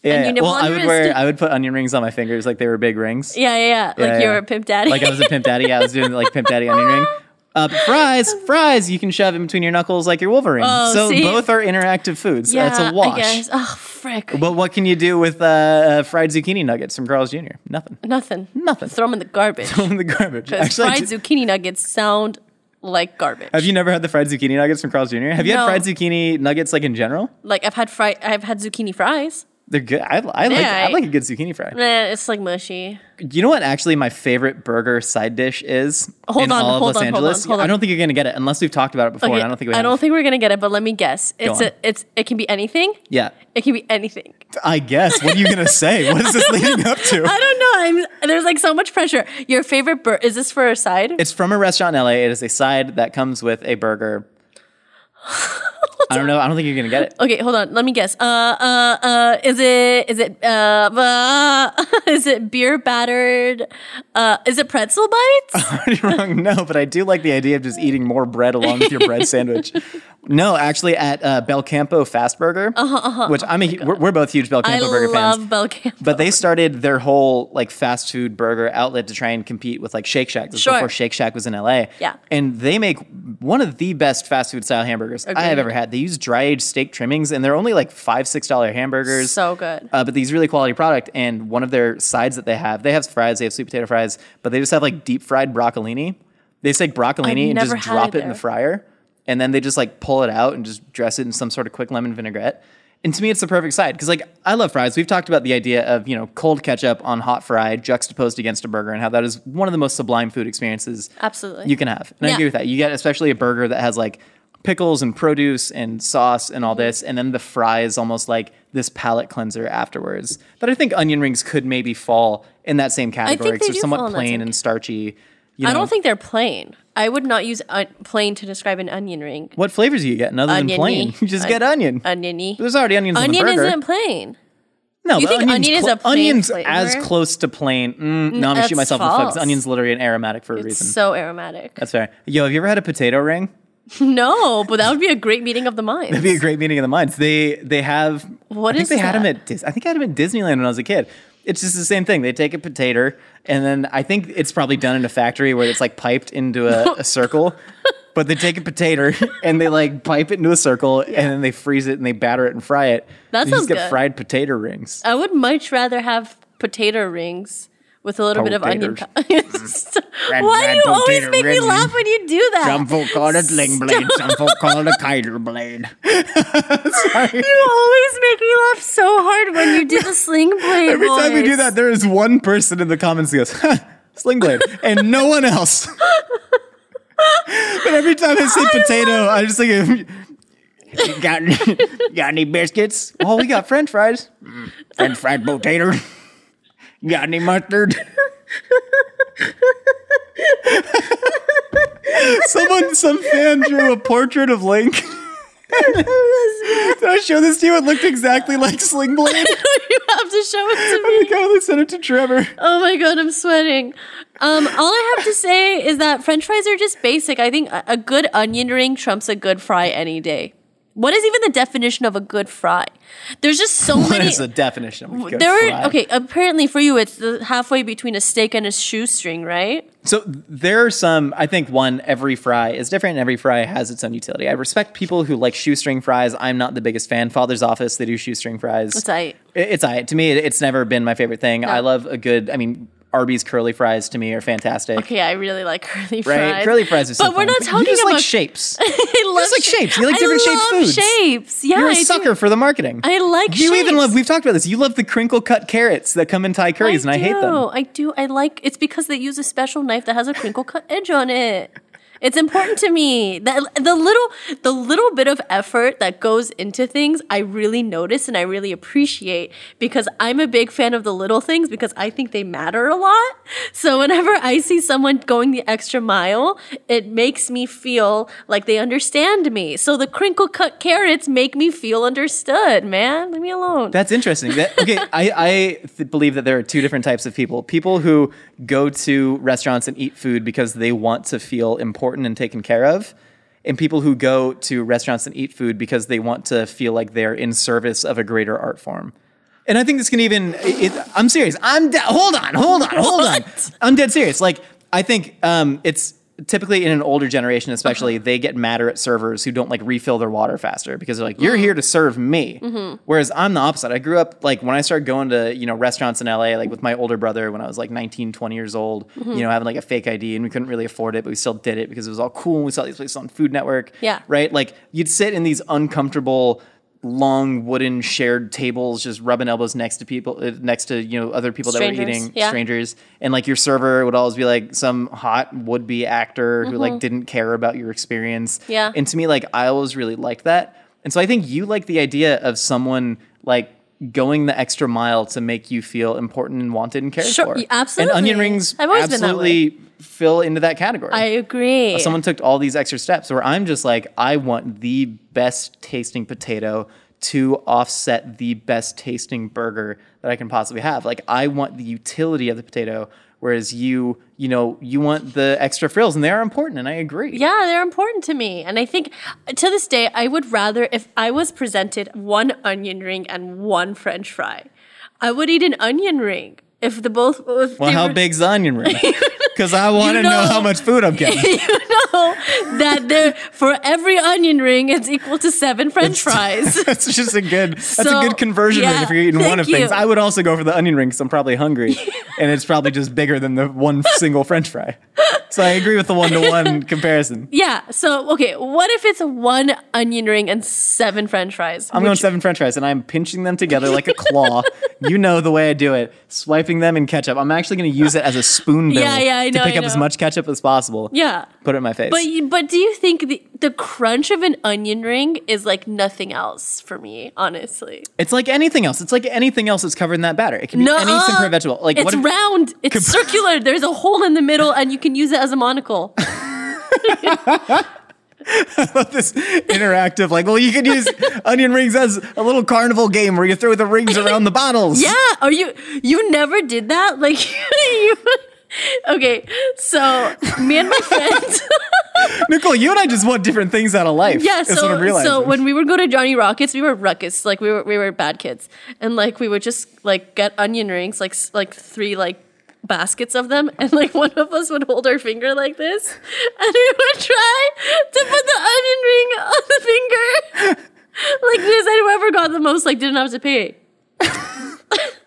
[SPEAKER 5] Yeah,
[SPEAKER 2] and you
[SPEAKER 5] yeah.
[SPEAKER 2] nibble
[SPEAKER 5] well,
[SPEAKER 2] on
[SPEAKER 5] I
[SPEAKER 2] your
[SPEAKER 5] would
[SPEAKER 2] wrist.
[SPEAKER 5] wear I would put onion rings on my fingers like they were big rings.
[SPEAKER 2] Yeah, yeah, yeah. Like
[SPEAKER 5] Yeah,
[SPEAKER 2] you're
[SPEAKER 5] yeah.
[SPEAKER 2] a pimp daddy.
[SPEAKER 5] Like I was a pimp daddy. Yeah, I was doing like pimp daddy onion ring. Uh, but fries, fries, you can shove in between your knuckles like your Wolverine.
[SPEAKER 2] Oh,
[SPEAKER 5] so
[SPEAKER 2] see?
[SPEAKER 5] both are interactive foods.
[SPEAKER 2] Yeah,
[SPEAKER 5] That's a
[SPEAKER 2] I
[SPEAKER 5] wash.
[SPEAKER 2] guess. Oh, frick.
[SPEAKER 5] But what can you do with uh, uh, fried zucchini nuggets from Carl's Jr.? Nothing.
[SPEAKER 2] Nothing.
[SPEAKER 5] Nothing.
[SPEAKER 2] Throw them in the garbage.
[SPEAKER 5] In the garbage.
[SPEAKER 2] 'Cause
[SPEAKER 5] Actually, I
[SPEAKER 2] fried
[SPEAKER 5] do-
[SPEAKER 2] zucchini nuggets sound like garbage.
[SPEAKER 5] have you never had the fried zucchini nuggets from Carl's Jr.? Have you
[SPEAKER 2] No.
[SPEAKER 5] had fried zucchini nuggets like in general?
[SPEAKER 2] like I've had fry, I've had zucchini fries.
[SPEAKER 5] They're good. I, I like
[SPEAKER 2] Yeah,
[SPEAKER 5] I
[SPEAKER 2] I-
[SPEAKER 5] like a good zucchini fry.
[SPEAKER 2] Nah, it's like mushy.
[SPEAKER 5] You know what? Actually, my favorite burger side dish is
[SPEAKER 2] Hold
[SPEAKER 5] in
[SPEAKER 2] on,
[SPEAKER 5] all of Los
[SPEAKER 2] hold on, hold on,
[SPEAKER 5] Angeles.
[SPEAKER 2] hold
[SPEAKER 5] I
[SPEAKER 2] on.
[SPEAKER 5] don't think you're gonna get it unless we've talked about it before. and I don't think we.
[SPEAKER 2] I
[SPEAKER 5] have.
[SPEAKER 2] don't think we're gonna get it, but let me guess. It's
[SPEAKER 5] on.
[SPEAKER 2] a, it's it can be anything.
[SPEAKER 5] Yeah,
[SPEAKER 2] It can be anything.
[SPEAKER 5] I guess. What are you gonna say? What is this leading up to?
[SPEAKER 2] I don't know. I'm there's like so much pressure. Your favorite bur- is this for a side?
[SPEAKER 5] It's from a restaurant in LA. It is a side that comes with a burger. I don't know. I don't think you're gonna get it.
[SPEAKER 2] okay, hold on. Let me guess. Uh, uh, uh, is it is it uh, uh is it beer battered? Uh, is it pretzel bites?
[SPEAKER 5] You're wrong. No, but I do like the idea of just eating more bread along with your bread sandwich. No, actually, at uh, Belcampo Fast Burger,
[SPEAKER 2] Uh-huh,
[SPEAKER 5] which I'm a, hu- we're, we're both huge Belcampo
[SPEAKER 2] Oh I
[SPEAKER 5] Burger fans.
[SPEAKER 2] love Bel Campo.
[SPEAKER 5] But they started their whole like fast food burger outlet to try and compete with like Shake Shack. This was
[SPEAKER 2] Sure.
[SPEAKER 5] before Shake Shack was in LA.
[SPEAKER 2] Yeah.
[SPEAKER 5] And they make one of the best fast food style hamburgers I have
[SPEAKER 2] Agreed.
[SPEAKER 5] ever had. They use dry aged steak trimmings and they're only like five, six dollar hamburgers.
[SPEAKER 2] So good.
[SPEAKER 5] Uh, but these really quality product and one of their sides that they have, they have fries, they have sweet potato fries, but they just have like deep fried broccolini. They say broccolini and
[SPEAKER 2] never
[SPEAKER 5] just
[SPEAKER 2] had
[SPEAKER 5] drop it
[SPEAKER 2] it
[SPEAKER 5] in the
[SPEAKER 2] there.
[SPEAKER 5] fryer and then they just like pull it out and just dress it in some sort of quick lemon vinaigrette. And to me, it's the perfect side because like I love fries. We've talked about the idea of you know cold ketchup on hot fry juxtaposed against a burger and how that is one of the most sublime food experiences
[SPEAKER 2] Absolutely.
[SPEAKER 5] you can have. And I
[SPEAKER 2] Yeah.
[SPEAKER 5] agree with that. You get especially a burger that has like pickles and produce and sauce and
[SPEAKER 2] Mm-hmm.
[SPEAKER 5] all this, and then the fries almost like this palate cleanser afterwards. But I think onion rings could maybe fall in that same category
[SPEAKER 2] they
[SPEAKER 5] because they're
[SPEAKER 2] do fall
[SPEAKER 5] somewhat
[SPEAKER 2] in that
[SPEAKER 5] plain
[SPEAKER 2] same
[SPEAKER 5] and starchy. You know,
[SPEAKER 2] I don't think they're plain. I would not use uh, plain to describe an onion ring.
[SPEAKER 5] what flavors do you get other than
[SPEAKER 2] Oniony.
[SPEAKER 5] plain? You just get onion.
[SPEAKER 2] Oniony.
[SPEAKER 5] There's already onions
[SPEAKER 2] Onion
[SPEAKER 5] in the burger.
[SPEAKER 2] isn't plain.
[SPEAKER 5] No,
[SPEAKER 2] You
[SPEAKER 5] but
[SPEAKER 2] think
[SPEAKER 5] onions
[SPEAKER 2] onion is a plain
[SPEAKER 5] onions
[SPEAKER 2] flavor?
[SPEAKER 5] as close to plain. Mm, no, I'm gonna shoot
[SPEAKER 2] that's
[SPEAKER 5] myself in the foot.
[SPEAKER 2] false.
[SPEAKER 5] Onions literally an aromatic for a
[SPEAKER 2] It's
[SPEAKER 5] reason.
[SPEAKER 2] so aromatic.
[SPEAKER 5] that's fair. Yo, have you ever had a potato ring?
[SPEAKER 2] No, but that would be a great meeting of the minds.
[SPEAKER 5] That'd be a great meeting of the minds. They they have.
[SPEAKER 2] What
[SPEAKER 5] I think
[SPEAKER 2] is
[SPEAKER 5] they had them
[SPEAKER 2] that?
[SPEAKER 5] at. Dis- I think I had them at Disneyland when I was a kid. It's just the same thing. They take a potato, and then I think it's probably done in a factory where it's like piped into a, a circle. But they take a potato and they like pipe it into a circle, and then they freeze it and they batter it and fry it.
[SPEAKER 2] That
[SPEAKER 5] you just
[SPEAKER 2] sounds
[SPEAKER 5] get
[SPEAKER 2] good.
[SPEAKER 5] fried potato rings.
[SPEAKER 2] I would much rather have potato rings with a little bit of onion.
[SPEAKER 6] Red,
[SPEAKER 5] Mm-hmm.
[SPEAKER 2] powder. Why
[SPEAKER 6] red
[SPEAKER 2] do you always
[SPEAKER 6] potato
[SPEAKER 2] make me
[SPEAKER 6] ring.
[SPEAKER 2] laugh when you do that?
[SPEAKER 6] Some folk call it Ling Blade, some folk call it a Kyler Blade.
[SPEAKER 2] You always make me laugh so hard when you do the sling blade.
[SPEAKER 5] Every time we do
[SPEAKER 2] voice.
[SPEAKER 5] that, there is one person in the comments who goes, huh, Sling Blade, and no one else. but every time I say potato, I just think of,
[SPEAKER 6] Got any, got any biscuits?
[SPEAKER 5] oh, we got french fries.
[SPEAKER 6] Mm, French fried potato? Got any mustard?
[SPEAKER 5] Someone, some fan drew a portrait of Link. Did I show this to you? It looked exactly like Sling Blade.
[SPEAKER 2] you have to show it to me.
[SPEAKER 5] I kindly sent it to Trevor.
[SPEAKER 2] Oh my god, I'm sweating. Um, all I have to say is that French fries are just basic. I think a a good onion ring trumps a good fry any day. What is even the definition of a good fry? There's just so
[SPEAKER 5] What
[SPEAKER 2] many.
[SPEAKER 5] is the definition of a good
[SPEAKER 2] there are-
[SPEAKER 5] fry?
[SPEAKER 2] okay. Apparently, for you, it's the halfway between a steak and a shoestring, right?
[SPEAKER 5] So there are some. I think one every fry is different. and Every fry has its own utility. I respect people who like shoestring fries. I'm not the biggest fan. Father's Office they do shoestring fries.
[SPEAKER 2] It's aight.
[SPEAKER 5] I- It's I. To me, it- it's never been my favorite thing. I love a good. I mean, Arby's curly fries to me are fantastic.
[SPEAKER 2] Okay, I really like curly
[SPEAKER 5] Right,
[SPEAKER 2] fries.
[SPEAKER 5] curly fries are so
[SPEAKER 2] but we're
[SPEAKER 5] fun.
[SPEAKER 2] not
[SPEAKER 5] you
[SPEAKER 2] talking
[SPEAKER 5] just
[SPEAKER 2] about
[SPEAKER 5] like shapes.
[SPEAKER 2] I love
[SPEAKER 5] just like
[SPEAKER 2] sha-
[SPEAKER 5] shapes. You like
[SPEAKER 2] I
[SPEAKER 5] different shaped
[SPEAKER 2] love
[SPEAKER 5] foods.
[SPEAKER 2] shapes. Yeah,
[SPEAKER 5] You're a
[SPEAKER 2] I do.
[SPEAKER 5] sucker for the marketing.
[SPEAKER 2] I like
[SPEAKER 5] You even
[SPEAKER 2] shapes.
[SPEAKER 5] love. We've talked about this. You love the crinkle cut carrots that come in Thai curries, and I hate them.
[SPEAKER 2] do, I do. I like it's because they use a special knife that has a crinkle cut edge on it. It's important to me. The, the little the little bit of effort that goes into things, I really notice and I really appreciate because I'm a big fan of the little things because I think they matter a lot. So whenever I see someone going the extra mile, it makes me feel like they understand me. So the crinkle cut carrots make me feel understood, man. Leave me alone.
[SPEAKER 5] That's interesting. That, okay, I, I th- believe that there are two different types of people. People who go to restaurants and eat food because they want to feel important and taken care of, and people who go to restaurants and eat food because they want to feel like they're in service of a greater art form. And I think this can even. It, it- I'm serious. I'm de- hold on, hold on, hold on. I'm dead serious. Like I think um, it's typically in an older generation, especially, they get madder at servers who don't like refill their water faster because they're like, "You're here to serve me." Whereas I'm the opposite. I grew up like when I started going to you know restaurants in LA, like with my older brother when I was like 19, 20 years old. You know, having like a fake ID and we couldn't really afford it, but we still did it because it was all cool. and We saw these places on Food Network.
[SPEAKER 2] Yeah.
[SPEAKER 5] right. Like you'd sit in these uncomfortable. Long wooden shared tables, just rubbing elbows next to people, uh, next to you know other people that were
[SPEAKER 2] Strangers,
[SPEAKER 5] eating,
[SPEAKER 2] yeah.
[SPEAKER 5] strangers, and like your server would always be like some hot would be actor who like didn't care about your experience.
[SPEAKER 2] Mm-hmm. Yeah.
[SPEAKER 5] and to me, like I always really liked that, and so I think you like the idea of someone like going the extra mile to make you feel important and wanted and cared
[SPEAKER 2] Sure,
[SPEAKER 5] for.
[SPEAKER 2] y- absolutely.
[SPEAKER 5] and onion rings
[SPEAKER 2] I've always been that
[SPEAKER 5] absolutely fill into that category.
[SPEAKER 2] I agree.
[SPEAKER 5] Someone took all these extra steps where I'm just like, I want the best tasting potato to offset the best tasting burger that I can possibly have. Like, I want the utility of the potato, whereas you, you know, you want the extra frills, and they are important, and I agree.
[SPEAKER 2] Yeah, they're important to me. And I think uh, to this day, I would rather, if I was presented one onion ring and one french fry, I would eat an onion ring. If the both. If
[SPEAKER 5] Well,
[SPEAKER 2] they
[SPEAKER 5] how
[SPEAKER 2] were-
[SPEAKER 5] big's the onion ring? Because I want to
[SPEAKER 2] know-
[SPEAKER 5] know how much food I'm getting.
[SPEAKER 2] No, that there for every onion ring, it's equal to seven french fries.
[SPEAKER 5] That's just a good. That's
[SPEAKER 2] So,
[SPEAKER 5] a good conversion
[SPEAKER 2] yeah,
[SPEAKER 5] rate if you're eating one
[SPEAKER 2] thank
[SPEAKER 5] of things.
[SPEAKER 2] you.
[SPEAKER 5] I would also go for the onion ring because I'm probably hungry, and it's probably just bigger than the one single French fry. So I agree with the one to one comparison.
[SPEAKER 2] yeah. So, okay, what if it's one onion ring and seven french fries?
[SPEAKER 5] I'm going seven French fries, and I'm pinching them together like a claw. you know the way I do it, swiping them in ketchup. I'm actually going to use it as a spoon bill
[SPEAKER 2] Yeah, yeah, I know,
[SPEAKER 5] to pick
[SPEAKER 2] I
[SPEAKER 5] up as
[SPEAKER 2] know.
[SPEAKER 5] much ketchup as possible.
[SPEAKER 2] Yeah.
[SPEAKER 5] put it in my face.
[SPEAKER 2] But you- but do you think the the crunch of an onion ring is like nothing else for me? Honestly,
[SPEAKER 5] it's like anything else. It's like anything else that's covered in that batter. It can be
[SPEAKER 2] no.
[SPEAKER 5] any simple vegetable. Like
[SPEAKER 2] it's
[SPEAKER 5] what if-
[SPEAKER 2] round, it's circular. There's a hole in the middle, and you can use it as a monocle.
[SPEAKER 5] this interactive, like, well, you could use onion rings as a little carnival game where you throw the rings around the bottles.
[SPEAKER 2] yeah, are you? You never did that, like you. Okay, so me and my friends.
[SPEAKER 5] Nicole, you and I just want different things out of life.
[SPEAKER 2] Yeah,
[SPEAKER 5] That's what I'm
[SPEAKER 2] so
[SPEAKER 5] realizing.
[SPEAKER 2] so when we would go to Johnny Rockets, we were ruckus, like we were we were bad kids, and like we would just like get onion rings, like s- like three like baskets of them, and like one of us would hold our finger like this, and we would try to put the onion ring on the finger, like this, and whoever got the most like didn't have to pay.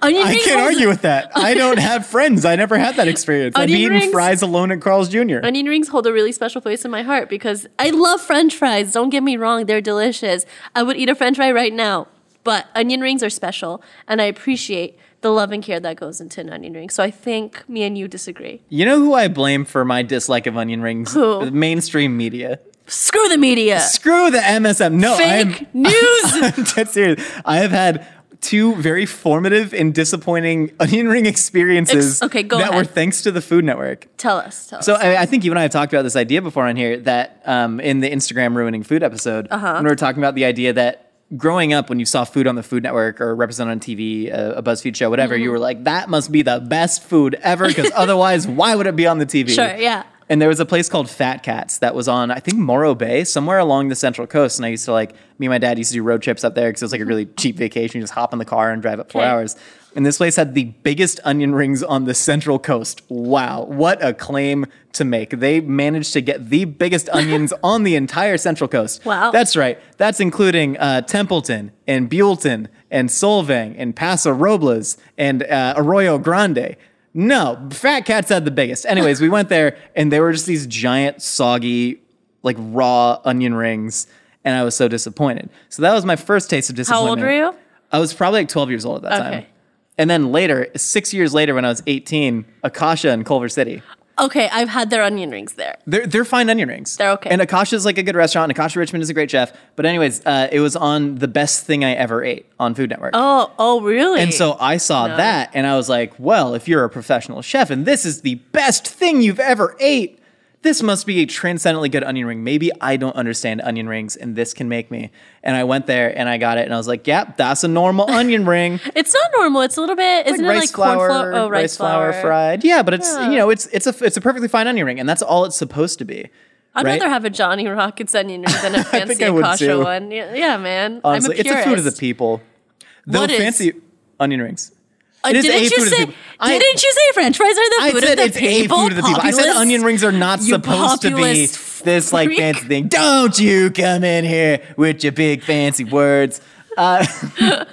[SPEAKER 2] onion
[SPEAKER 5] I
[SPEAKER 2] ring
[SPEAKER 5] can't
[SPEAKER 2] holds-
[SPEAKER 5] argue with that. I don't have friends. I never had that experience. I've
[SPEAKER 2] Onion
[SPEAKER 5] eaten
[SPEAKER 2] rings-
[SPEAKER 5] fries alone at Carl's Jr.
[SPEAKER 2] Onion rings hold a really special place in my heart because I love french fries. Don't get me wrong, they're delicious. I would eat a french fry right now, but onion rings are special and I appreciate the love and care that goes into an onion ring. So I think me and you disagree.
[SPEAKER 5] You know who I blame for my dislike of onion rings?
[SPEAKER 2] Who?
[SPEAKER 5] The mainstream media.
[SPEAKER 2] Screw the media.
[SPEAKER 5] Screw the MSM. No,
[SPEAKER 2] Fake
[SPEAKER 5] I'm
[SPEAKER 2] news.
[SPEAKER 5] I'm dead serious. I have had two very formative and disappointing onion ring experiences
[SPEAKER 2] Ex- okay, go
[SPEAKER 5] that
[SPEAKER 2] ahead.
[SPEAKER 5] were thanks to the Food Network.
[SPEAKER 2] tell us. Tell
[SPEAKER 5] So
[SPEAKER 2] us.
[SPEAKER 5] I, I think you and I have talked about this idea before on here that um, in the Instagram ruining food episode,
[SPEAKER 2] Uh-huh.
[SPEAKER 5] when we were talking about the idea that growing up when you saw food on the Food Network or represented on TV, uh, a BuzzFeed show, whatever,
[SPEAKER 2] Mm-hmm.
[SPEAKER 5] you were like, that must be the best food ever because otherwise, why would it be on the TV?
[SPEAKER 2] Sure, yeah.
[SPEAKER 5] And there was a place called Fat Cats that was on, I think, Morro Bay, somewhere along the Central Coast. And I used to like, me and my dad used to do road trips up there because it was like a really cheap vacation. You just hop in the car and drive up four
[SPEAKER 2] Okay.
[SPEAKER 5] hours. And this place had the biggest onion rings on the Central Coast. Wow, what a claim to make. They managed to get the biggest onions on the entire Central Coast.
[SPEAKER 2] Wow.
[SPEAKER 5] That's right. That's including uh, Templeton and Buellton and Solvang and Paso Robles and uh, Arroyo Grande. No, Fat Cats had the biggest. Anyways, we went there and they were just these giant, soggy, like raw onion rings. And I was so disappointed. So that was my first taste of
[SPEAKER 2] How
[SPEAKER 5] disappointment.
[SPEAKER 2] old were you?
[SPEAKER 5] I was probably like 12 years old at that
[SPEAKER 2] Okay.
[SPEAKER 5] time. And then later, six years later, when I was 18, Akasha in Culver City.
[SPEAKER 2] Okay, I've had their onion rings there.
[SPEAKER 5] They're, they're fine onion rings.
[SPEAKER 2] They're okay.
[SPEAKER 5] And Akasha's like a good restaurant. And Akasha Richmond is a great chef. But, anyways, uh, it was on the best thing I ever ate on Food Network.
[SPEAKER 2] Oh, oh, really?
[SPEAKER 5] And so I saw that and I was like, well, if you're a professional chef and this is the best thing you've ever ate, this must be a transcendently good onion ring. Maybe I don't understand onion rings and this can make me. And I went there and I got it and I was like, yep, that's a normal onion ring.
[SPEAKER 2] it's not normal. It's a little bit. Isn't it like corn flour? Oh, rice, flour.
[SPEAKER 5] fried. Yeah, but it's you know, it's it's a it's a perfectly fine onion ring and that's all it's supposed to be.
[SPEAKER 2] I'd
[SPEAKER 5] right?
[SPEAKER 2] rather have a Johnny Rockets onion ring than a fancy
[SPEAKER 5] I would
[SPEAKER 2] Akasha
[SPEAKER 5] too.
[SPEAKER 2] one. Yeah, yeah, man.
[SPEAKER 5] Honestly,
[SPEAKER 2] I'm a
[SPEAKER 5] it's a
[SPEAKER 2] purist.
[SPEAKER 5] food of the people. Though
[SPEAKER 2] What is-
[SPEAKER 5] fancy onion rings.
[SPEAKER 2] Uh,
[SPEAKER 5] It is
[SPEAKER 2] didn't
[SPEAKER 5] a
[SPEAKER 2] you
[SPEAKER 5] food of the
[SPEAKER 2] say?
[SPEAKER 5] people. I-
[SPEAKER 2] didn't you say French fries are the
[SPEAKER 5] I
[SPEAKER 2] food
[SPEAKER 5] said
[SPEAKER 2] of the
[SPEAKER 5] it's
[SPEAKER 2] people?
[SPEAKER 5] a food of the people. I said
[SPEAKER 2] Populist-
[SPEAKER 5] onion rings are not
[SPEAKER 2] You
[SPEAKER 5] supposed to be
[SPEAKER 2] populist
[SPEAKER 5] this like
[SPEAKER 2] freak.
[SPEAKER 5] fancy thing. Don't you come in here with your big fancy words. Uh,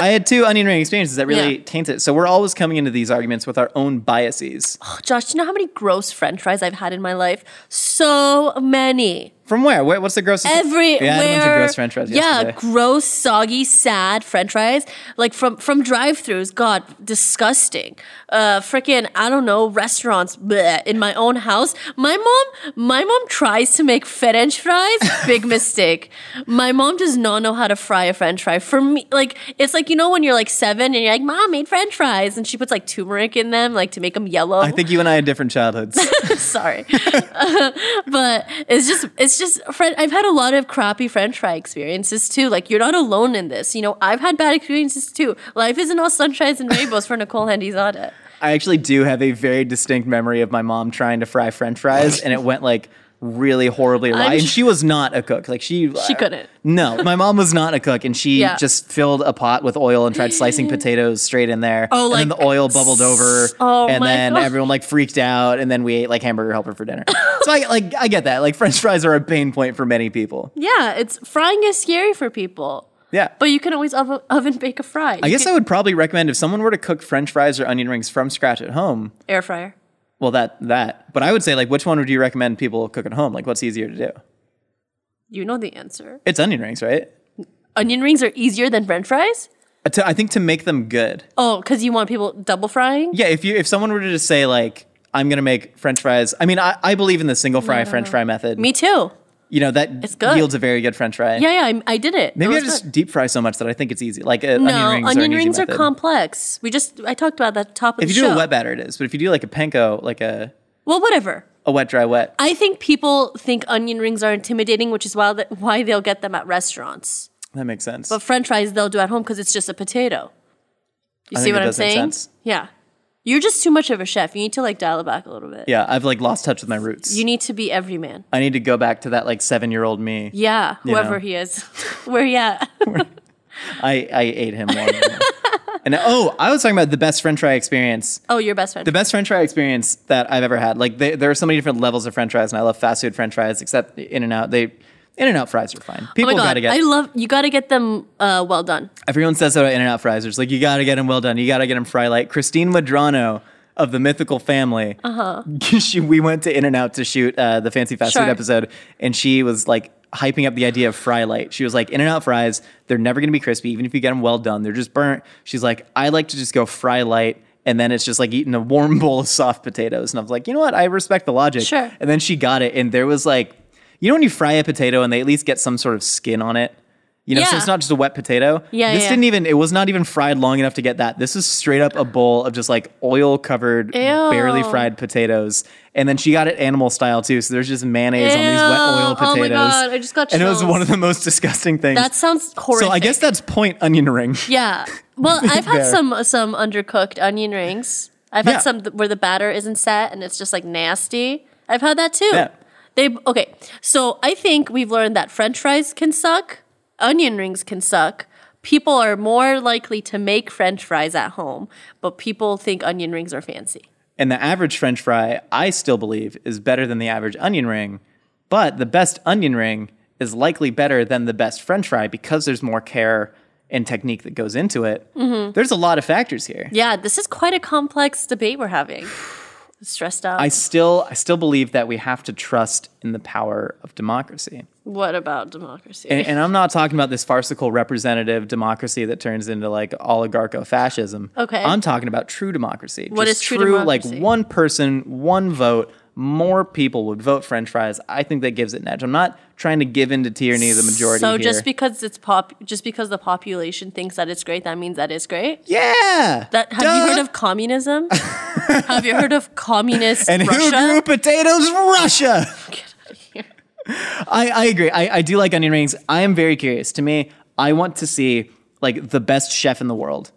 [SPEAKER 5] I had two onion ring experiences that really
[SPEAKER 2] Yeah.
[SPEAKER 5] tainted it. So we're always coming into these arguments with our own biases.
[SPEAKER 2] Josh, do you know how many gross French fries I've had in my life? So many.
[SPEAKER 5] From where? Where- What's the grossest?
[SPEAKER 2] everywhere.
[SPEAKER 5] Yeah, I had a bunch of gross French fries.
[SPEAKER 2] Yeah,
[SPEAKER 5] yesterday.
[SPEAKER 2] gross, soggy, sad French fries. Like from from drive-throughs. God, disgusting. Uh, freaking, I don't know, restaurants. Bleh, in my own house, my mom, my mom tries to make French fries. Big mistake. My mom does not know how to fry a French fry. For me, like it's like you know when you're like seven and you're like, Mom I made French fries, and she puts like turmeric in them, like to make them yellow.
[SPEAKER 5] I think you and I had different childhoods.
[SPEAKER 2] Sorry, but it's just it's just French. I've had a lot of crappy French fry experiences too. Like you're not alone in this. You know, I've had bad experiences too. Life isn't all sunshines and rainbows for Nicole Handizada.
[SPEAKER 5] I actually do have a very distinct memory of my mom trying to fry French fries, and it went like really horribly awry.
[SPEAKER 2] I'm-
[SPEAKER 5] And she was not a cook; like she uh,
[SPEAKER 2] She couldn't.
[SPEAKER 5] No, my mom was not a cook, and she
[SPEAKER 2] Yeah.
[SPEAKER 5] just filled a pot with oil and tried slicing potatoes straight in there.
[SPEAKER 2] Oh,
[SPEAKER 5] and then
[SPEAKER 2] like-
[SPEAKER 5] the oil bubbled over,
[SPEAKER 2] Oh,
[SPEAKER 5] and
[SPEAKER 2] my
[SPEAKER 5] then
[SPEAKER 2] God.
[SPEAKER 5] everyone like freaked out, and then we ate like hamburger helper for dinner. so I like I get that. Like French fries are a pain point for many people.
[SPEAKER 2] Yeah, it's frying is scary for people.
[SPEAKER 5] Yeah.
[SPEAKER 2] But you can always oven, oven bake a fry.
[SPEAKER 5] I guess I would probably recommend if someone were to cook French fries or onion rings from scratch at home.
[SPEAKER 2] air fryer.
[SPEAKER 5] Well, that that. But I would say like, which one would you recommend people cook at home? Like, what's easier to do?
[SPEAKER 2] You know the answer.
[SPEAKER 5] It's onion rings, right?
[SPEAKER 2] Onion rings are easier than French fries.
[SPEAKER 5] Uh, to- I think to make them good.
[SPEAKER 2] Oh, because you want people double frying.
[SPEAKER 5] Yeah, if you if someone were to just say like, I'm gonna make French fries. I mean, I, I believe in the single fry French fry method.
[SPEAKER 2] Me too.
[SPEAKER 5] you know that
[SPEAKER 2] It's good.
[SPEAKER 5] yields a very good French fry.
[SPEAKER 2] Yeah, yeah. I, I did it. It
[SPEAKER 5] Maybe I
[SPEAKER 2] was
[SPEAKER 5] just
[SPEAKER 2] good.
[SPEAKER 5] deep fry so much that I think it's easy. Like uh,
[SPEAKER 2] No,
[SPEAKER 5] onion rings, are, an easy
[SPEAKER 2] rings are
[SPEAKER 5] method.
[SPEAKER 2] complex. We just I talked about that at the top of
[SPEAKER 5] If
[SPEAKER 2] the
[SPEAKER 5] you
[SPEAKER 2] show.
[SPEAKER 5] do a wet batter, it is. But if you do like a panko, like a
[SPEAKER 2] Well, whatever.
[SPEAKER 5] a wet dry wet,
[SPEAKER 2] I think people think onion rings are intimidating, which is why th- why they'll get them at restaurants.
[SPEAKER 5] that makes sense.
[SPEAKER 2] But French fries they'll do at home because it's just a potato. You
[SPEAKER 5] I
[SPEAKER 2] see
[SPEAKER 5] think
[SPEAKER 2] what
[SPEAKER 5] it
[SPEAKER 2] I'm
[SPEAKER 5] does make
[SPEAKER 2] saying?
[SPEAKER 5] sense.
[SPEAKER 2] Yeah, you're just too much of a chef. You need to like dial it back a little bit.
[SPEAKER 5] yeah, I've like lost touch with my roots.
[SPEAKER 2] You need to be everyman.
[SPEAKER 5] I need to go back to that like seven year old me.
[SPEAKER 2] Yeah,
[SPEAKER 5] You
[SPEAKER 2] whoever
[SPEAKER 5] know.
[SPEAKER 2] he is, where he at?
[SPEAKER 5] I, I ate him one. and oh, I was talking about the best French fry experience.
[SPEAKER 2] Oh, your best friend.
[SPEAKER 5] The best French fry experience that I've ever had. Like they, there are so many different levels of French fries, and I love fast food French fries. Except In and Out, they In and Out fries are fine.
[SPEAKER 2] oh
[SPEAKER 5] People
[SPEAKER 2] my god,
[SPEAKER 5] gotta get.
[SPEAKER 2] I love you. Got to get them uh, well done.
[SPEAKER 5] everyone says that about In and Out fries. It's like you gotta get them well done. You gotta get them fry light. Christine Madrano of the Mythical Family. Uh huh. we went to In and Out to shoot uh, the fancy fast
[SPEAKER 2] Uh-huh. Sure.
[SPEAKER 5] food episode, and she was like. Hyping up the idea of fry light. She was like, In and Out fries, they're never gonna be crispy, even if you get them well done, they're just burnt. She's like, I like to just go fry light, and then it's just like eating a warm bowl of soft potatoes. And I was like, you know what? I respect the logic.
[SPEAKER 2] Sure.
[SPEAKER 5] And then she got it, and there was like, you know, when you fry a potato and they at least get some sort of skin on it? You know, so
[SPEAKER 2] Yeah.
[SPEAKER 5] it's not just a wet potato.
[SPEAKER 2] Yeah,
[SPEAKER 5] This
[SPEAKER 2] yeah.
[SPEAKER 5] didn't even, it was not even fried long enough to get that. This is straight up a bowl of just like oil covered, barely fried potatoes. And then she got it animal style too. So there's just mayonnaise on these wet oil
[SPEAKER 2] Ew. Oh my
[SPEAKER 5] potatoes.
[SPEAKER 2] God, I just got
[SPEAKER 5] And it was
[SPEAKER 2] chills.
[SPEAKER 5] one of the most disgusting things.
[SPEAKER 2] That sounds horrific.
[SPEAKER 5] so I guess that's point onion ring.
[SPEAKER 2] Yeah. Well, I've had
[SPEAKER 5] There.
[SPEAKER 2] some some undercooked onion rings. I've
[SPEAKER 5] Yeah.
[SPEAKER 2] had some th- where the batter isn't set and it's just like nasty. I've had that too.
[SPEAKER 5] Yeah.
[SPEAKER 2] They okay. So I think we've learned that French fries can suck, onion rings can suck. People are more likely to make French fries at home, but people think onion rings are fancy.
[SPEAKER 5] And the average French fry, I still believe, is better than the average onion ring. But the best onion ring is likely better than the best French fry because there's more care and technique that goes into it.
[SPEAKER 2] Mm-hmm.
[SPEAKER 5] There's a lot of factors here.
[SPEAKER 2] Yeah, this is quite a complex debate we're having. Stressed out.
[SPEAKER 5] I still, I still believe that we have to trust in the power of democracy.
[SPEAKER 2] what about democracy?
[SPEAKER 5] And, and I'm not talking about this farcical representative democracy that turns into like oligarcho fascism.
[SPEAKER 2] Okay.
[SPEAKER 5] I'm talking about true democracy.
[SPEAKER 2] What
[SPEAKER 5] Just
[SPEAKER 2] is true
[SPEAKER 5] Like
[SPEAKER 2] democracy?
[SPEAKER 5] one person, one vote. More people would vote French fries. I think that gives it an edge. I'm not trying to give in to tyranny of the majority.
[SPEAKER 2] so
[SPEAKER 5] here.
[SPEAKER 2] just because it's pop, just because the population thinks that it's great, that means that it's great.
[SPEAKER 5] yeah.
[SPEAKER 2] That have you heard of communism? have you heard of communist
[SPEAKER 5] and who grew
[SPEAKER 2] Russia?
[SPEAKER 5] potatoes? Russia. I, I agree. I, I do like onion rings. I am very curious. To me, I want to see like the best chef in the world.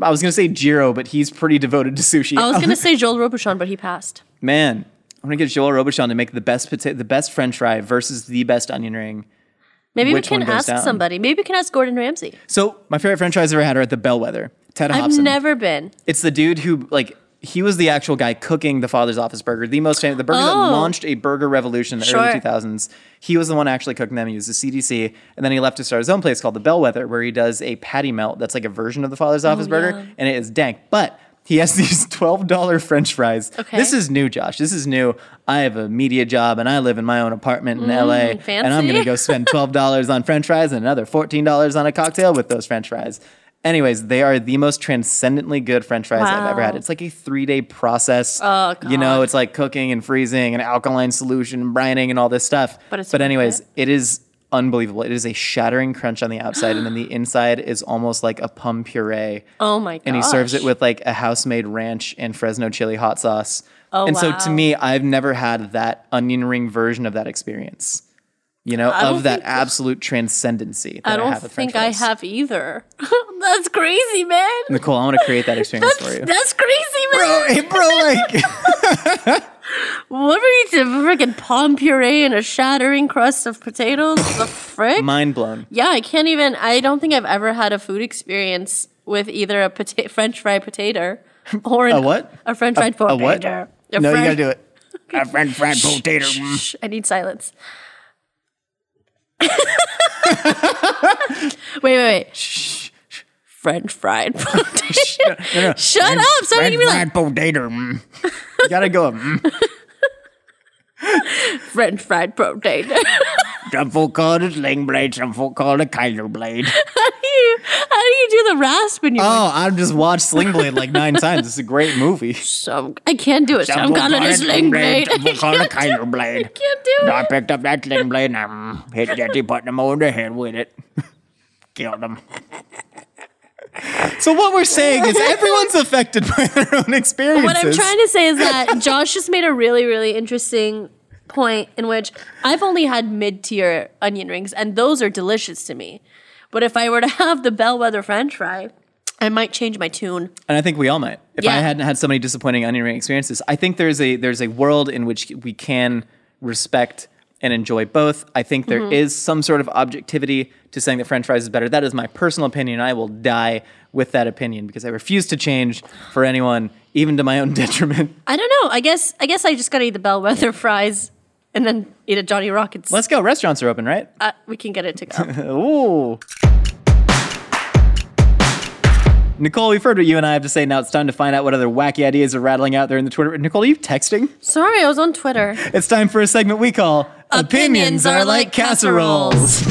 [SPEAKER 5] I was gonna say Jiro, but he's pretty devoted to sushi.
[SPEAKER 2] I was gonna say Joel Robuchon, but he passed.
[SPEAKER 5] Man, I'm gonna get Joel Robuchon to make the best potato, the best French fry versus the best onion ring.
[SPEAKER 2] Maybe
[SPEAKER 5] Which
[SPEAKER 2] we
[SPEAKER 5] one
[SPEAKER 2] can
[SPEAKER 5] goes
[SPEAKER 2] ask
[SPEAKER 5] down?
[SPEAKER 2] somebody. Maybe we can ask Gordon Ramsay.
[SPEAKER 5] So my favorite French fries I ever had are at the Bellwether. Ted
[SPEAKER 2] I've
[SPEAKER 5] Hobson.
[SPEAKER 2] never been.
[SPEAKER 5] It's the dude who like he was the actual guy cooking the Father's Office burger, the most famous, the burger that
[SPEAKER 2] Oh.
[SPEAKER 5] launched a burger revolution in the
[SPEAKER 2] Sure.
[SPEAKER 5] early 2000s. He was the one actually cooking them. He was the CDC, and then he left to start his own place called the Bellwether, where he does a patty melt that's like a version of the Father's
[SPEAKER 2] Oh,
[SPEAKER 5] Office burger, and it is dank. But he has these twelve dollar French fries.
[SPEAKER 2] Okay.
[SPEAKER 5] This is new, Josh. This is new. I have a media job, and I live in my own apartment in LA, and I'm
[SPEAKER 2] Mm, fancy.
[SPEAKER 5] gonna go spend twelve dollars on French fries and another fourteen dollars on a cocktail with those French fries. Anyways, they are the most transcendently good French fries I've ever had. It's like a three day process.
[SPEAKER 2] Oh,
[SPEAKER 5] You know, it's like cooking and freezing and alkaline solution and brining and all this stuff.
[SPEAKER 2] But it's
[SPEAKER 5] but
[SPEAKER 2] worth
[SPEAKER 5] anyways,
[SPEAKER 2] it.
[SPEAKER 5] it is unbelievable. It is a shattering crunch on the outside, and then the inside is almost like a pum puree.
[SPEAKER 2] Oh my god.
[SPEAKER 5] And he serves it with like a house made ranch and Fresno chili hot sauce.
[SPEAKER 2] Oh,
[SPEAKER 5] and so
[SPEAKER 2] wow.
[SPEAKER 5] to me, I've never had that onion ring version of that experience, you know,
[SPEAKER 2] I don't
[SPEAKER 5] of that
[SPEAKER 2] think-
[SPEAKER 5] absolute transcendency. That
[SPEAKER 2] I don't
[SPEAKER 5] have with French
[SPEAKER 2] think I
[SPEAKER 5] fries.
[SPEAKER 2] have either. that's crazy, man.
[SPEAKER 5] Nicole, I want to create that experience for you.
[SPEAKER 2] That's crazy,
[SPEAKER 5] Bro,
[SPEAKER 2] man.
[SPEAKER 5] hey, bro, like,
[SPEAKER 2] What are you to freaking palm puree and a shattering crust of potatoes? the frick?
[SPEAKER 5] mind blown.
[SPEAKER 2] yeah, I can't even. I don't think I've ever had a food experience with either a pota- French fried potato or an,
[SPEAKER 5] A what?
[SPEAKER 2] A French fried potato.
[SPEAKER 5] a what?
[SPEAKER 2] A
[SPEAKER 5] no, you gotta
[SPEAKER 2] French-
[SPEAKER 5] do it.
[SPEAKER 6] A French fried potato.
[SPEAKER 2] Shh, I need silence. wait, wait, wait. French fried potato. Shut up! Stop
[SPEAKER 6] French
[SPEAKER 2] making me
[SPEAKER 6] fried
[SPEAKER 2] like
[SPEAKER 6] potato.
[SPEAKER 5] You gotta go. mm.
[SPEAKER 2] French fried potato.
[SPEAKER 6] Some folk call it sling blade, some folk call it Kyler blade.
[SPEAKER 2] how, do you, how do you do the rasp when you?
[SPEAKER 5] Oh, I've just watched Sling Blade like nine times. It's a great movie.
[SPEAKER 2] some, I can't do it. So I'm
[SPEAKER 6] folk
[SPEAKER 2] gonna
[SPEAKER 6] call
[SPEAKER 2] do
[SPEAKER 6] it
[SPEAKER 2] sling blade.
[SPEAKER 6] Some
[SPEAKER 2] I
[SPEAKER 6] folk call it
[SPEAKER 2] can't do-
[SPEAKER 6] Kyler blade.
[SPEAKER 2] can't do
[SPEAKER 6] So I
[SPEAKER 2] it.
[SPEAKER 6] picked up that sling blade and I mm, hit Jesse Putnam over the head with it. Killed him.
[SPEAKER 5] So what we're saying is everyone's affected by their own experiences.
[SPEAKER 2] What I'm trying to say is that Josh just made a really, really interesting point in which I've only had mid tier onion rings, and those are delicious to me. But if I were to have the bellwether french fry, I might change my tune.
[SPEAKER 5] and I think we all might. If I
[SPEAKER 2] Yeah.
[SPEAKER 5] hadn't had so many disappointing onion ring experiences, I think there's a there's a world in which we can respect and enjoy both. I think there is
[SPEAKER 2] Mm-hmm.
[SPEAKER 5] some sort of objectivity to saying that French fries is better. That is my personal opinion. I will die with that opinion because I refuse to change for anyone, even to my own detriment.
[SPEAKER 2] I don't know. I guess I guess I just gotta eat the bellwether fries and then eat a Johnny Rockets.
[SPEAKER 5] Let's go. Restaurants are open, right?
[SPEAKER 2] Uh, we can get it to go.
[SPEAKER 5] Ooh. Nicole, we've heard what you and I have to say. Now it's time to find out what other wacky ideas are rattling out there in the Twitter. Nicole, are you texting?
[SPEAKER 2] Sorry, I was on Twitter.
[SPEAKER 5] It's time for a segment we call
[SPEAKER 2] Opinions Are Like Casseroles.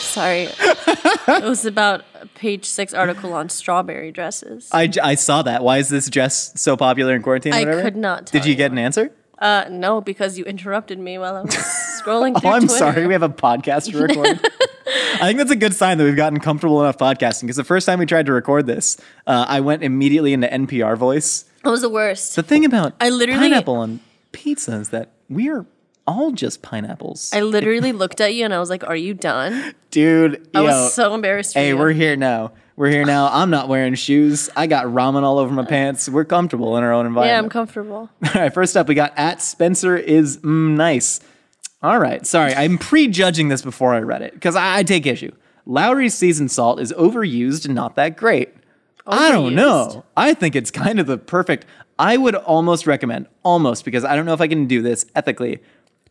[SPEAKER 2] Sorry. it was about a page six article on strawberry dresses.
[SPEAKER 5] I, j- I saw that. Why is this dress so popular in quarantine? or
[SPEAKER 2] I
[SPEAKER 5] whatever?
[SPEAKER 2] could
[SPEAKER 5] Did
[SPEAKER 2] not tell
[SPEAKER 5] you
[SPEAKER 2] you.
[SPEAKER 5] get an answer?
[SPEAKER 2] Uh, no, because you interrupted me while I was scrolling
[SPEAKER 5] Oh,
[SPEAKER 2] through
[SPEAKER 5] I'm
[SPEAKER 2] Twitter.
[SPEAKER 5] sorry. We have a podcast to record. I think that's a good sign that we've gotten comfortable enough podcasting because the first time we tried to record this, uh, I went immediately into NPR voice.
[SPEAKER 2] That was the worst.
[SPEAKER 5] The thing about
[SPEAKER 2] I literally-
[SPEAKER 5] pineapple on pizza is that we are all just pineapples.
[SPEAKER 2] I literally looked at you and I was like, "Are you done?"
[SPEAKER 5] Dude,
[SPEAKER 2] I
[SPEAKER 5] yo,
[SPEAKER 2] was so embarrassed. For
[SPEAKER 5] hey,
[SPEAKER 2] you.
[SPEAKER 5] we're here now. We're here now. I'm not wearing shoes. I got ramen all over my pants. We're comfortable in our own
[SPEAKER 2] yeah, I'm
[SPEAKER 5] environment.
[SPEAKER 2] comfortable.
[SPEAKER 5] all right, first up, we got at Spencer is mm, nice. All right, sorry, I'm prejudging this before I read it because I, I take issue. Lowry's seasoned salt is overused and not that great. I don't know. I think it's kind of the perfect. I would almost recommend, almost because I don't know if I can do this ethically,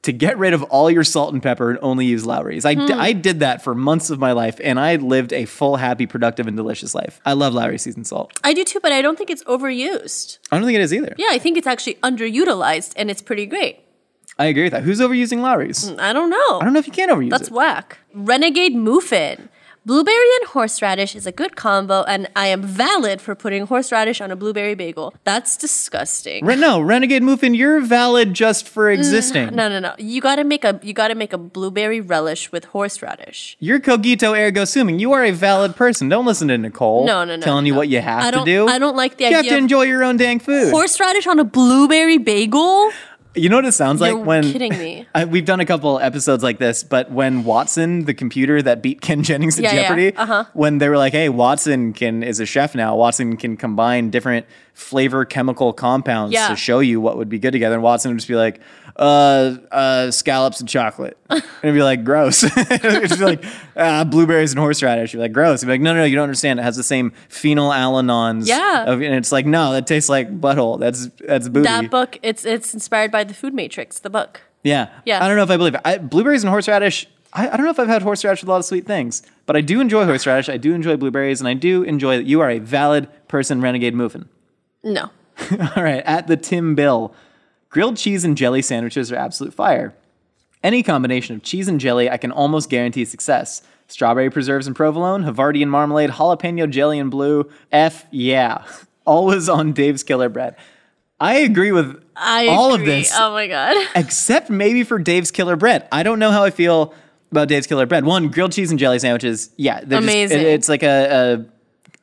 [SPEAKER 5] to get rid of all your salt and pepper and only use Lowry's. I,
[SPEAKER 2] Hmm.
[SPEAKER 5] d- I did that for months of my life and I lived a full, happy, productive, and delicious life. I love Lowry's seasoned salt.
[SPEAKER 2] I do too, but I don't think it's overused.
[SPEAKER 5] I don't think it is either.
[SPEAKER 2] Yeah, I think it's actually underutilized, and it's pretty great.
[SPEAKER 5] I agree with that. Who's overusing Lowry's?
[SPEAKER 2] I don't know.
[SPEAKER 5] I don't know if you can overuse
[SPEAKER 2] Hmm. That's
[SPEAKER 5] it.
[SPEAKER 2] whack. Renegade Muffin. Blueberry and horseradish is a good combo, and I am valid for putting horseradish on a blueberry bagel. That's disgusting.
[SPEAKER 5] Re- no, Renegade Muffin, you're valid just for existing.
[SPEAKER 2] Mm, no, no, no. You gotta make a you gotta make a blueberry relish with horseradish.
[SPEAKER 5] You're cogito ergo suming. You are a valid person. Don't listen to Nicole.
[SPEAKER 2] No, no, no,
[SPEAKER 5] Telling you
[SPEAKER 2] no.
[SPEAKER 5] what you have
[SPEAKER 2] I
[SPEAKER 5] to
[SPEAKER 2] don't-
[SPEAKER 5] do.
[SPEAKER 2] I don't like the
[SPEAKER 5] You have
[SPEAKER 2] idea
[SPEAKER 5] to
[SPEAKER 2] of-
[SPEAKER 5] enjoy your own dang food.
[SPEAKER 2] Horseradish on a blueberry bagel?
[SPEAKER 5] You know what it sounds
[SPEAKER 2] You're
[SPEAKER 5] like when
[SPEAKER 2] kidding me.
[SPEAKER 5] I, we've done a couple episodes like this, but when Watson, the computer that beat Ken Jennings in
[SPEAKER 2] Yeah, yeah,
[SPEAKER 5] Jeopardy,
[SPEAKER 2] uh-huh.
[SPEAKER 5] when they were like, "Hey, Watson can is a chef now. Watson can combine different flavor chemical compounds
[SPEAKER 2] Yeah.
[SPEAKER 5] to show you what would be good together," and Watson would just be like, "Uh, uh scallops and chocolate," and it'd be like, "Gross." it'd just be like, uh, "Blueberries and horseradish." You're like, "Gross." He'd be like, "No, no, no, you don't understand. It has the same phenylalanons."
[SPEAKER 2] Yeah.
[SPEAKER 5] of, and it's like, "No, that tastes like butthole. That's that's booty."
[SPEAKER 2] That book, it's it's inspired by the Food Matrix, the book.
[SPEAKER 5] Yeah.
[SPEAKER 2] Yeah.
[SPEAKER 5] I don't know if I believe it. I, blueberries and horseradish. I, I don't know if I've had horseradish with a lot of sweet things, but I do enjoy horseradish. I do enjoy blueberries, and I do enjoy that you are a valid person, Renegade Movin.
[SPEAKER 2] No,
[SPEAKER 5] All right. At the Tim Bill, grilled cheese and jelly sandwiches are absolute fire. Any combination of cheese and jelly, I can almost guarantee success. Strawberry preserves and provolone, Havarti and marmalade, jalapeno jelly and blue. F yeah. Always on Dave's Killer Bread. I agree with
[SPEAKER 2] I
[SPEAKER 5] all
[SPEAKER 2] agree.
[SPEAKER 5] of this
[SPEAKER 2] Oh my god.
[SPEAKER 5] except maybe for Dave's Killer Bread. I don't know how I feel about Dave's Killer Bread. One, grilled cheese and jelly sandwiches. Yeah, they're just-
[SPEAKER 2] Amazing.
[SPEAKER 5] it- it's like a, a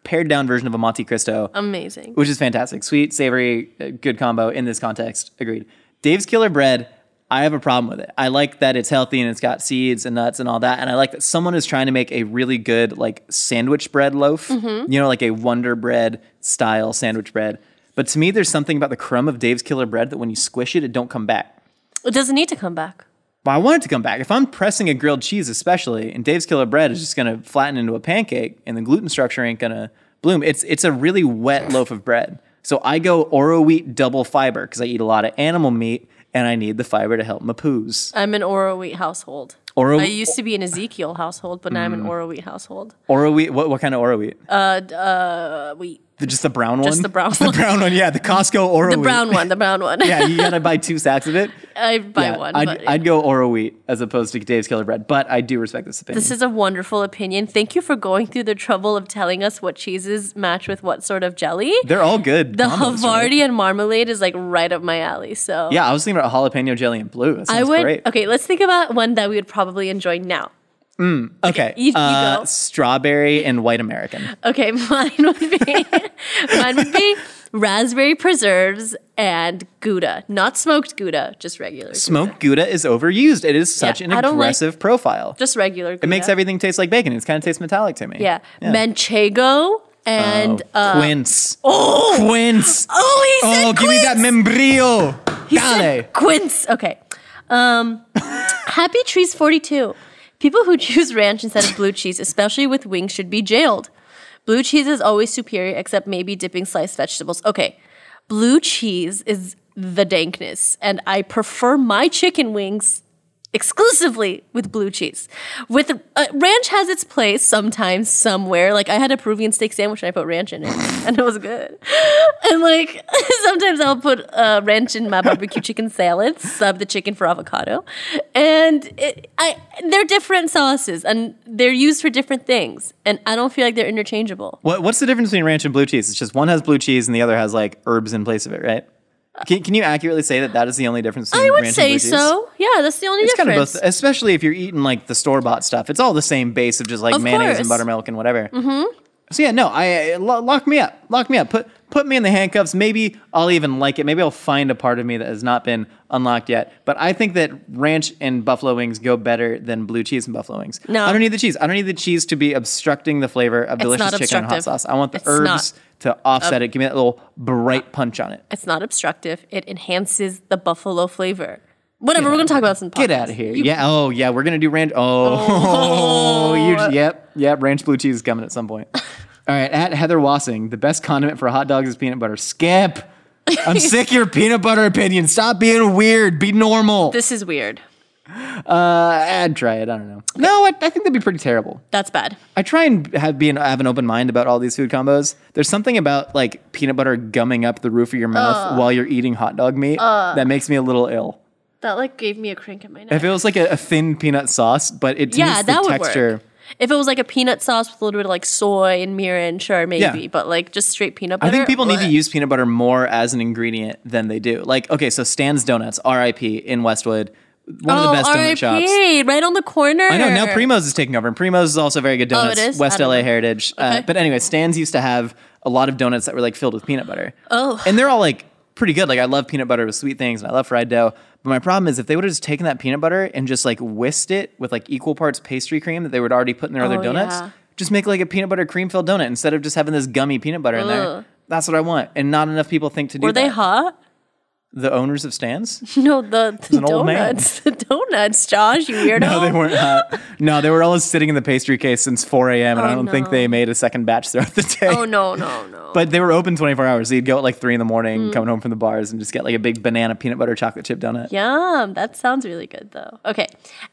[SPEAKER 5] pared down version of a Monte Cristo,
[SPEAKER 2] Amazing.
[SPEAKER 5] which is fantastic. Sweet, savory, uh, good combo in this context. Agreed. Dave's Killer Bread. I have a problem with it. I like that it's healthy and it's got seeds and nuts and all that. And I like that someone is trying to make a really good like sandwich bread loaf, you know, like a Wonder Bread style sandwich bread. But to me, there's something about the crumb of Dave's Killer Bread that when you squish it, it don't come back.
[SPEAKER 2] It doesn't need to come back.
[SPEAKER 5] But I want it to come back. If I'm pressing a grilled cheese, especially, and Dave's Killer Bread is just going to flatten into a pancake, and the gluten structure ain't going to bloom. It's it's a really wet loaf of bread. So I go Oro wheat double fiber because I eat a lot of animal meat, and I need the fiber to help my poos.
[SPEAKER 2] I'm an Oro wheat household.
[SPEAKER 5] Oro- Mm.
[SPEAKER 2] I used to be an Ezekiel household, but now I'm an Oro wheat household.
[SPEAKER 5] Oro wheat. What what kind of Oro wheat?
[SPEAKER 2] Uh, wheat.
[SPEAKER 5] The- just the brown one.
[SPEAKER 2] just the brown
[SPEAKER 5] The
[SPEAKER 2] one.
[SPEAKER 5] brown one. Yeah, the Costco Oro.
[SPEAKER 2] The
[SPEAKER 5] wheat.
[SPEAKER 2] brown one. The brown one.
[SPEAKER 5] yeah, you gotta buy two sacks of it.
[SPEAKER 2] I buy
[SPEAKER 5] Yeah,
[SPEAKER 2] one.
[SPEAKER 5] I'd,
[SPEAKER 2] but
[SPEAKER 5] I'd go Oro wheat as opposed to Dave's Killer Bread, but I do respect this opinion.
[SPEAKER 2] This is a wonderful opinion. Thank you for going through the trouble of telling us what cheeses match with what sort of jelly.
[SPEAKER 5] They're all good.
[SPEAKER 2] the
[SPEAKER 5] combos, right?
[SPEAKER 2] Havarti and marmalade is like right up my alley. So
[SPEAKER 5] Yeah, I was thinking about jalapeno jelly and blue. That
[SPEAKER 2] I
[SPEAKER 5] sounds
[SPEAKER 2] would.
[SPEAKER 5] great.
[SPEAKER 2] Okay, let's think about one that we would probably enjoy now.
[SPEAKER 5] Okay.
[SPEAKER 2] you- you
[SPEAKER 5] uh,
[SPEAKER 2] go.
[SPEAKER 5] Strawberry and white American.
[SPEAKER 2] Okay, mine would be mine would be raspberry preserves and gouda, not smoked gouda, just regular, gouda.
[SPEAKER 5] Smoked Gouda is overused. It is such
[SPEAKER 2] Yeah,
[SPEAKER 5] an
[SPEAKER 2] I don't like-
[SPEAKER 5] aggressive profile.
[SPEAKER 2] just regular. Gouda.
[SPEAKER 5] it makes everything taste like bacon. It kind of tastes metallic to me.
[SPEAKER 2] yeah, manchego and
[SPEAKER 5] oh,
[SPEAKER 2] uh,
[SPEAKER 5] quince. Oh, quince.
[SPEAKER 2] oh, he said
[SPEAKER 5] Oh, give me that membrillo.
[SPEAKER 2] He
[SPEAKER 5] Dale.
[SPEAKER 2] said quince. Okay. Um, Happy Trees 42. People who choose ranch instead of blue cheese, especially with wings, should be jailed. Blue cheese is always superior, except maybe dipping sliced vegetables. Okay. Blue cheese is the dankness, and I prefer my chicken wings exclusively with blue cheese. With uh, ranch has its place sometimes somewhere. Like I had a Peruvian steak sandwich and I put ranch in it, and it was good. And like sometimes I'll put uh, ranch in my barbecue chicken salad, sub the chicken for avocado, and it, I they're different sauces and they're used for different things, and I don't feel like they're interchangeable.
[SPEAKER 5] What, what's the difference between ranch and blue cheese? It's just one has blue cheese and the other has like herbs in place of it, right? Can, can you accurately say that that is the only difference between
[SPEAKER 2] I would
[SPEAKER 5] ranch and
[SPEAKER 2] say
[SPEAKER 5] blue cheese?
[SPEAKER 2] so. Yeah, that's the only
[SPEAKER 5] It's kind of
[SPEAKER 2] difference.
[SPEAKER 5] both, uh, especially if you're eating like the store bought stuff. It's all the same base of just like
[SPEAKER 2] Of
[SPEAKER 5] mayonnaise
[SPEAKER 2] course.
[SPEAKER 5] and buttermilk and whatever. Mm-hmm. So yeah, no, I I- lo- lock me up, lock me up, put put me in the handcuffs. Maybe I'll even like it. Maybe I'll find a part of me that has not been unlocked yet. But I think that ranch and buffalo wings go better than blue cheese and buffalo wings.
[SPEAKER 2] No.
[SPEAKER 5] I don't need the cheese. I don't need the cheese to be obstructing the flavor of delicious
[SPEAKER 2] not
[SPEAKER 5] chicken and hot
[SPEAKER 2] obstructive.
[SPEAKER 5] sauce. I want the
[SPEAKER 2] It's
[SPEAKER 5] herbs
[SPEAKER 2] not.
[SPEAKER 5] to offset it. Give me that little bright punch on it.
[SPEAKER 2] It's not obstructive. It enhances the buffalo flavor. Whatever, we're going to talk about some.
[SPEAKER 5] Get out of here. yeah. Oh, yeah. We're going to do ranch. Oh, you just- yep. Yep. Ranch blue cheese is coming at some point. All right. At Heather Wassing, the best condiment for hot dogs is peanut butter. Skip. I'm sick of your peanut butter opinion. Stop being weird. Be normal.
[SPEAKER 2] This is weird.
[SPEAKER 5] Uh, I'd try it. I don't know. No, I, I think that'd be pretty terrible.
[SPEAKER 2] That's bad.
[SPEAKER 5] I try and have, be an, have an open mind about all these food combos. There's something about like peanut butter gumming up the roof of your
[SPEAKER 2] Uh.
[SPEAKER 5] mouth while you're eating hot dog meat that makes me a little ill.
[SPEAKER 2] That like gave me a crank in my neck.
[SPEAKER 5] If it was like a, a thin peanut sauce, but it
[SPEAKER 2] yeah,
[SPEAKER 5] tastes the
[SPEAKER 2] that would
[SPEAKER 5] texture.
[SPEAKER 2] work. If it was like a peanut sauce with a little bit of like soy and mirin, sure, maybe.
[SPEAKER 5] Yeah.
[SPEAKER 2] But like just straight peanut
[SPEAKER 5] I
[SPEAKER 2] butter.
[SPEAKER 5] think people need to
[SPEAKER 2] bleh.
[SPEAKER 5] use peanut butter more as an ingredient than they do. Like, okay, so Stan's Donuts, RIP in Westwood, one of
[SPEAKER 2] oh,
[SPEAKER 5] the best donut
[SPEAKER 2] RIP,
[SPEAKER 5] shops.
[SPEAKER 2] right on the corner.
[SPEAKER 5] I know now Primo's is taking over, and Primo's is also very good
[SPEAKER 2] Oh, it
[SPEAKER 5] donuts.
[SPEAKER 2] is? I
[SPEAKER 5] West
[SPEAKER 2] don't
[SPEAKER 5] LA
[SPEAKER 2] know.
[SPEAKER 5] heritage. Uh,
[SPEAKER 2] Okay.
[SPEAKER 5] but anyway, Stan's used to have a lot of donuts that were like filled with peanut butter. Oh, and they're all like pretty good. Like I love peanut butter with sweet things and I love fried dough. But my problem is if they would have just taken that peanut butter and just like whisked it with like equal parts pastry cream that they would already put in their other
[SPEAKER 2] Oh,
[SPEAKER 5] donuts,
[SPEAKER 2] yeah.
[SPEAKER 5] just make like a peanut butter cream filled donut instead of just having this gummy peanut butter in there.
[SPEAKER 2] Ugh.
[SPEAKER 5] That's what I want. And not enough people think to do
[SPEAKER 2] Were they
[SPEAKER 5] that.
[SPEAKER 2] hot?
[SPEAKER 5] the owners of stands?
[SPEAKER 2] No, the, the
[SPEAKER 5] an old man.
[SPEAKER 2] donuts. The donuts, Josh, you weirdo.
[SPEAKER 5] No, they weren't hot. No, they were all sitting in the pastry case since 4 a.m. and I
[SPEAKER 2] Oh,
[SPEAKER 5] don't think
[SPEAKER 2] no.
[SPEAKER 5] they made a second batch throughout the day.
[SPEAKER 2] Oh, no, no, no.
[SPEAKER 5] But they were open 24 hours. So you'd go at like 3 in the morning,
[SPEAKER 2] Mm.
[SPEAKER 5] coming home from the bars, and just get like a big banana peanut butter chocolate chip donut.
[SPEAKER 2] Yum. That sounds really good, though. Okay.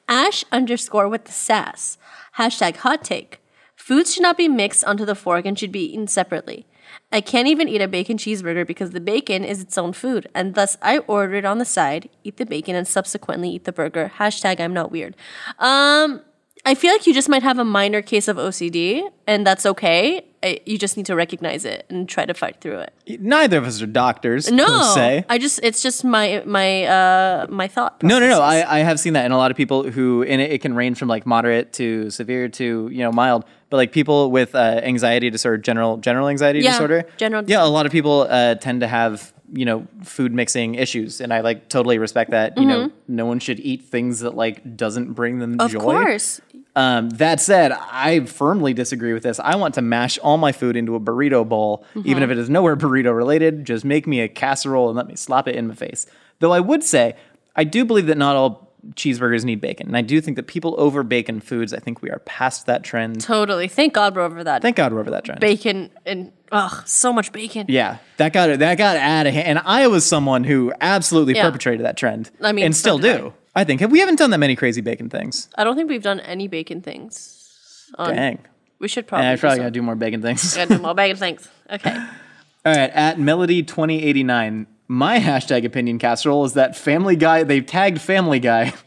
[SPEAKER 2] Ash underscore with the sass. Hashtag hot take. Foods should not be mixed onto the fork and should be eaten separately. I can't even eat a bacon cheeseburger because the bacon is its own food, and thus I order it on the side, eat the bacon, and subsequently eat the burger. Hashtag I'm not weird. Um, I feel like you just might have a minor case of OCD, and that's okay. I, you just need to recognize it and try to fight through it.
[SPEAKER 5] Neither of us are doctors, per
[SPEAKER 2] No,
[SPEAKER 5] se.
[SPEAKER 2] I just it's just my my uh my thought.
[SPEAKER 5] no, no, no.
[SPEAKER 2] processes.
[SPEAKER 5] I, I have seen that in a lot of people who, and it, it can range from like moderate to severe to, you know, mild. But like people with uh, anxiety disorder, general general anxiety
[SPEAKER 2] Yeah,
[SPEAKER 5] disorder.
[SPEAKER 2] general
[SPEAKER 5] Yeah, a lot of people uh, tend to have, you know, food mixing issues. And I like totally respect that. You know, no one should eat things that like doesn't bring them
[SPEAKER 2] Mm-hmm. Of
[SPEAKER 5] joy.
[SPEAKER 2] course.
[SPEAKER 5] Um, that said, I firmly disagree with this. I want to mash all my food into a burrito bowl,
[SPEAKER 2] Mm-hmm.
[SPEAKER 5] even if it is nowhere burrito related. Just make me a casserole and let me slop it in my face. Though I would say, I do believe that not all cheeseburgers need bacon, and I do think that people over bacon foods. I think we are past that trend.
[SPEAKER 2] Totally. Thank God we're over that.
[SPEAKER 5] Thank God we're over that trend.
[SPEAKER 2] bacon and ugh, so much bacon.
[SPEAKER 5] Yeah, that got that got out of hand. And I was someone who absolutely
[SPEAKER 2] Yeah.
[SPEAKER 5] perpetrated that trend.
[SPEAKER 2] I mean,
[SPEAKER 5] and
[SPEAKER 2] so
[SPEAKER 5] still
[SPEAKER 2] did I.
[SPEAKER 5] do. I think we haven't done that many crazy bacon things.
[SPEAKER 2] I don't think we've done any bacon things. on-
[SPEAKER 5] Dang,
[SPEAKER 2] We should Um, probably.
[SPEAKER 5] yeah, I probably
[SPEAKER 2] do
[SPEAKER 5] gotta do more bacon things.
[SPEAKER 2] some- gotta do more bacon things. Okay.
[SPEAKER 5] All right, at Melody2089, my hashtag opinion casserole is that Family Guy, they've tagged Family Guy.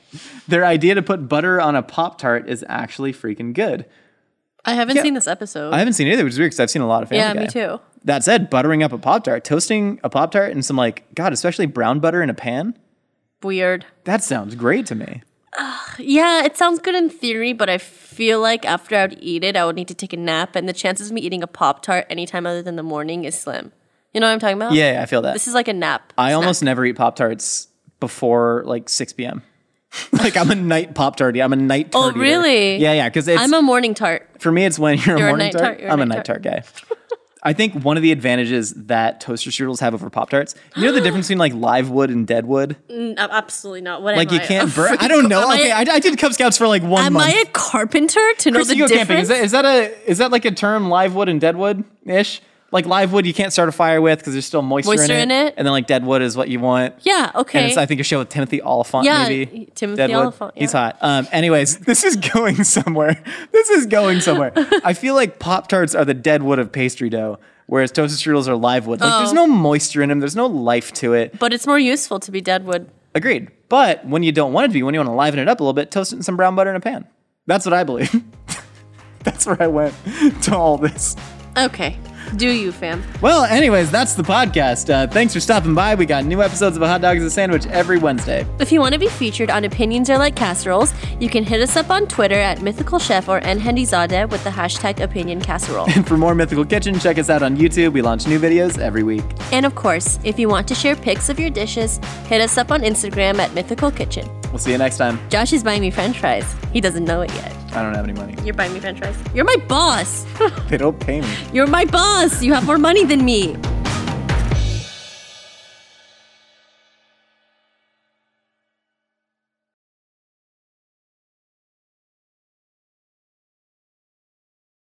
[SPEAKER 5] Their idea to put butter on a Pop Tart is actually freaking good.
[SPEAKER 2] I haven't seen this episode.
[SPEAKER 5] I haven't seen it either, which is weird because I've seen a lot of Family
[SPEAKER 2] yeah,
[SPEAKER 5] Guy.
[SPEAKER 2] me too.
[SPEAKER 5] That said, buttering up a Pop Tart, toasting a Pop Tart and some, like, God, especially brown butter in a pan,
[SPEAKER 2] Weird.
[SPEAKER 5] that sounds great to me.
[SPEAKER 2] Yeah, it sounds good in theory, but I feel like after I would eat it, I would need to take a nap, and the chances of me eating a Pop Tart anytime other than the morning is slim. You know what I'm talking about?
[SPEAKER 5] Yeah, I feel that.
[SPEAKER 2] This is like a nap.
[SPEAKER 5] I almost never eat Pop Tarts before, like, 6 p.m. like, I'm a night Pop Tarty. I'm a night
[SPEAKER 2] Oh,
[SPEAKER 5] tart eater.
[SPEAKER 2] really?
[SPEAKER 5] Yeah, yeah, because it's.
[SPEAKER 2] I'm a morning tart.
[SPEAKER 5] For me, it's when you're,
[SPEAKER 2] You're
[SPEAKER 5] a
[SPEAKER 2] a
[SPEAKER 5] morning
[SPEAKER 2] night
[SPEAKER 5] tart.
[SPEAKER 2] tart, you're a
[SPEAKER 5] I'm a
[SPEAKER 2] night
[SPEAKER 5] night tart, guy. I think one of the advantages that toaster strudels have over Pop Tarts, you know the difference between like live wood and dead wood?
[SPEAKER 2] N- Absolutely not. What
[SPEAKER 5] Like
[SPEAKER 2] am
[SPEAKER 5] you
[SPEAKER 2] I?
[SPEAKER 5] can't
[SPEAKER 2] A
[SPEAKER 5] burn. I
[SPEAKER 2] freaking-
[SPEAKER 5] don't know.
[SPEAKER 2] am
[SPEAKER 5] Okay, I,
[SPEAKER 2] I,
[SPEAKER 5] I did Cub Scouts for like one
[SPEAKER 2] am
[SPEAKER 5] month.
[SPEAKER 2] I a carpenter to know
[SPEAKER 5] Chris,
[SPEAKER 2] the
[SPEAKER 5] you go
[SPEAKER 2] difference?
[SPEAKER 5] camping. Is that, is that a is that like a term live wood and dead wood ish? Like live wood, you can't start a fire with because there's still moisture,
[SPEAKER 2] Moisture in it?
[SPEAKER 5] and then like dead wood is what you want.
[SPEAKER 2] Yeah, okay.
[SPEAKER 5] And it's, I think a show with Timothy Oliphant,
[SPEAKER 2] Yeah,
[SPEAKER 5] maybe.
[SPEAKER 2] Timothy
[SPEAKER 5] Deadwood.
[SPEAKER 2] Oliphant,
[SPEAKER 5] He's
[SPEAKER 2] yeah.
[SPEAKER 5] hot. Um, anyways, this is going somewhere. This is going somewhere. I feel like Pop Tarts are the dead wood of pastry dough, whereas Toasted Strudels are live wood. Like, there's no
[SPEAKER 2] Oh.
[SPEAKER 5] moisture in them, there's no life to it.
[SPEAKER 2] but it's more useful to be deadwood.
[SPEAKER 5] Agreed. But when you don't want it to be, when you want to liven it up a little bit, toast it in some brown butter in a pan. That's what I believe. That's where I went to all this.
[SPEAKER 2] Okay. Do you, fam?
[SPEAKER 5] Well, anyways, that's the podcast. Uh, thanks for stopping by. We got new episodes of A Hot Dog is a Sandwich every Wednesday.
[SPEAKER 2] If you want to be featured on Opinions Are Like Casseroles, you can hit us up on Twitter at Mythical Chef or Nhendizade with the hashtag Opinion Casserole.
[SPEAKER 5] And for more Mythical Kitchen, check us out on YouTube. We launch new videos every week.
[SPEAKER 2] and of course, if you want to share pics of your dishes, hit us up on Instagram at Mythical Kitchen.
[SPEAKER 5] We'll see you next time.
[SPEAKER 2] Josh is buying me french fries. He doesn't know it yet.
[SPEAKER 5] I don't have any money.
[SPEAKER 2] You're buying me french fries? You're my boss!
[SPEAKER 5] They don't pay me.
[SPEAKER 2] You're my boss! You have more money than me!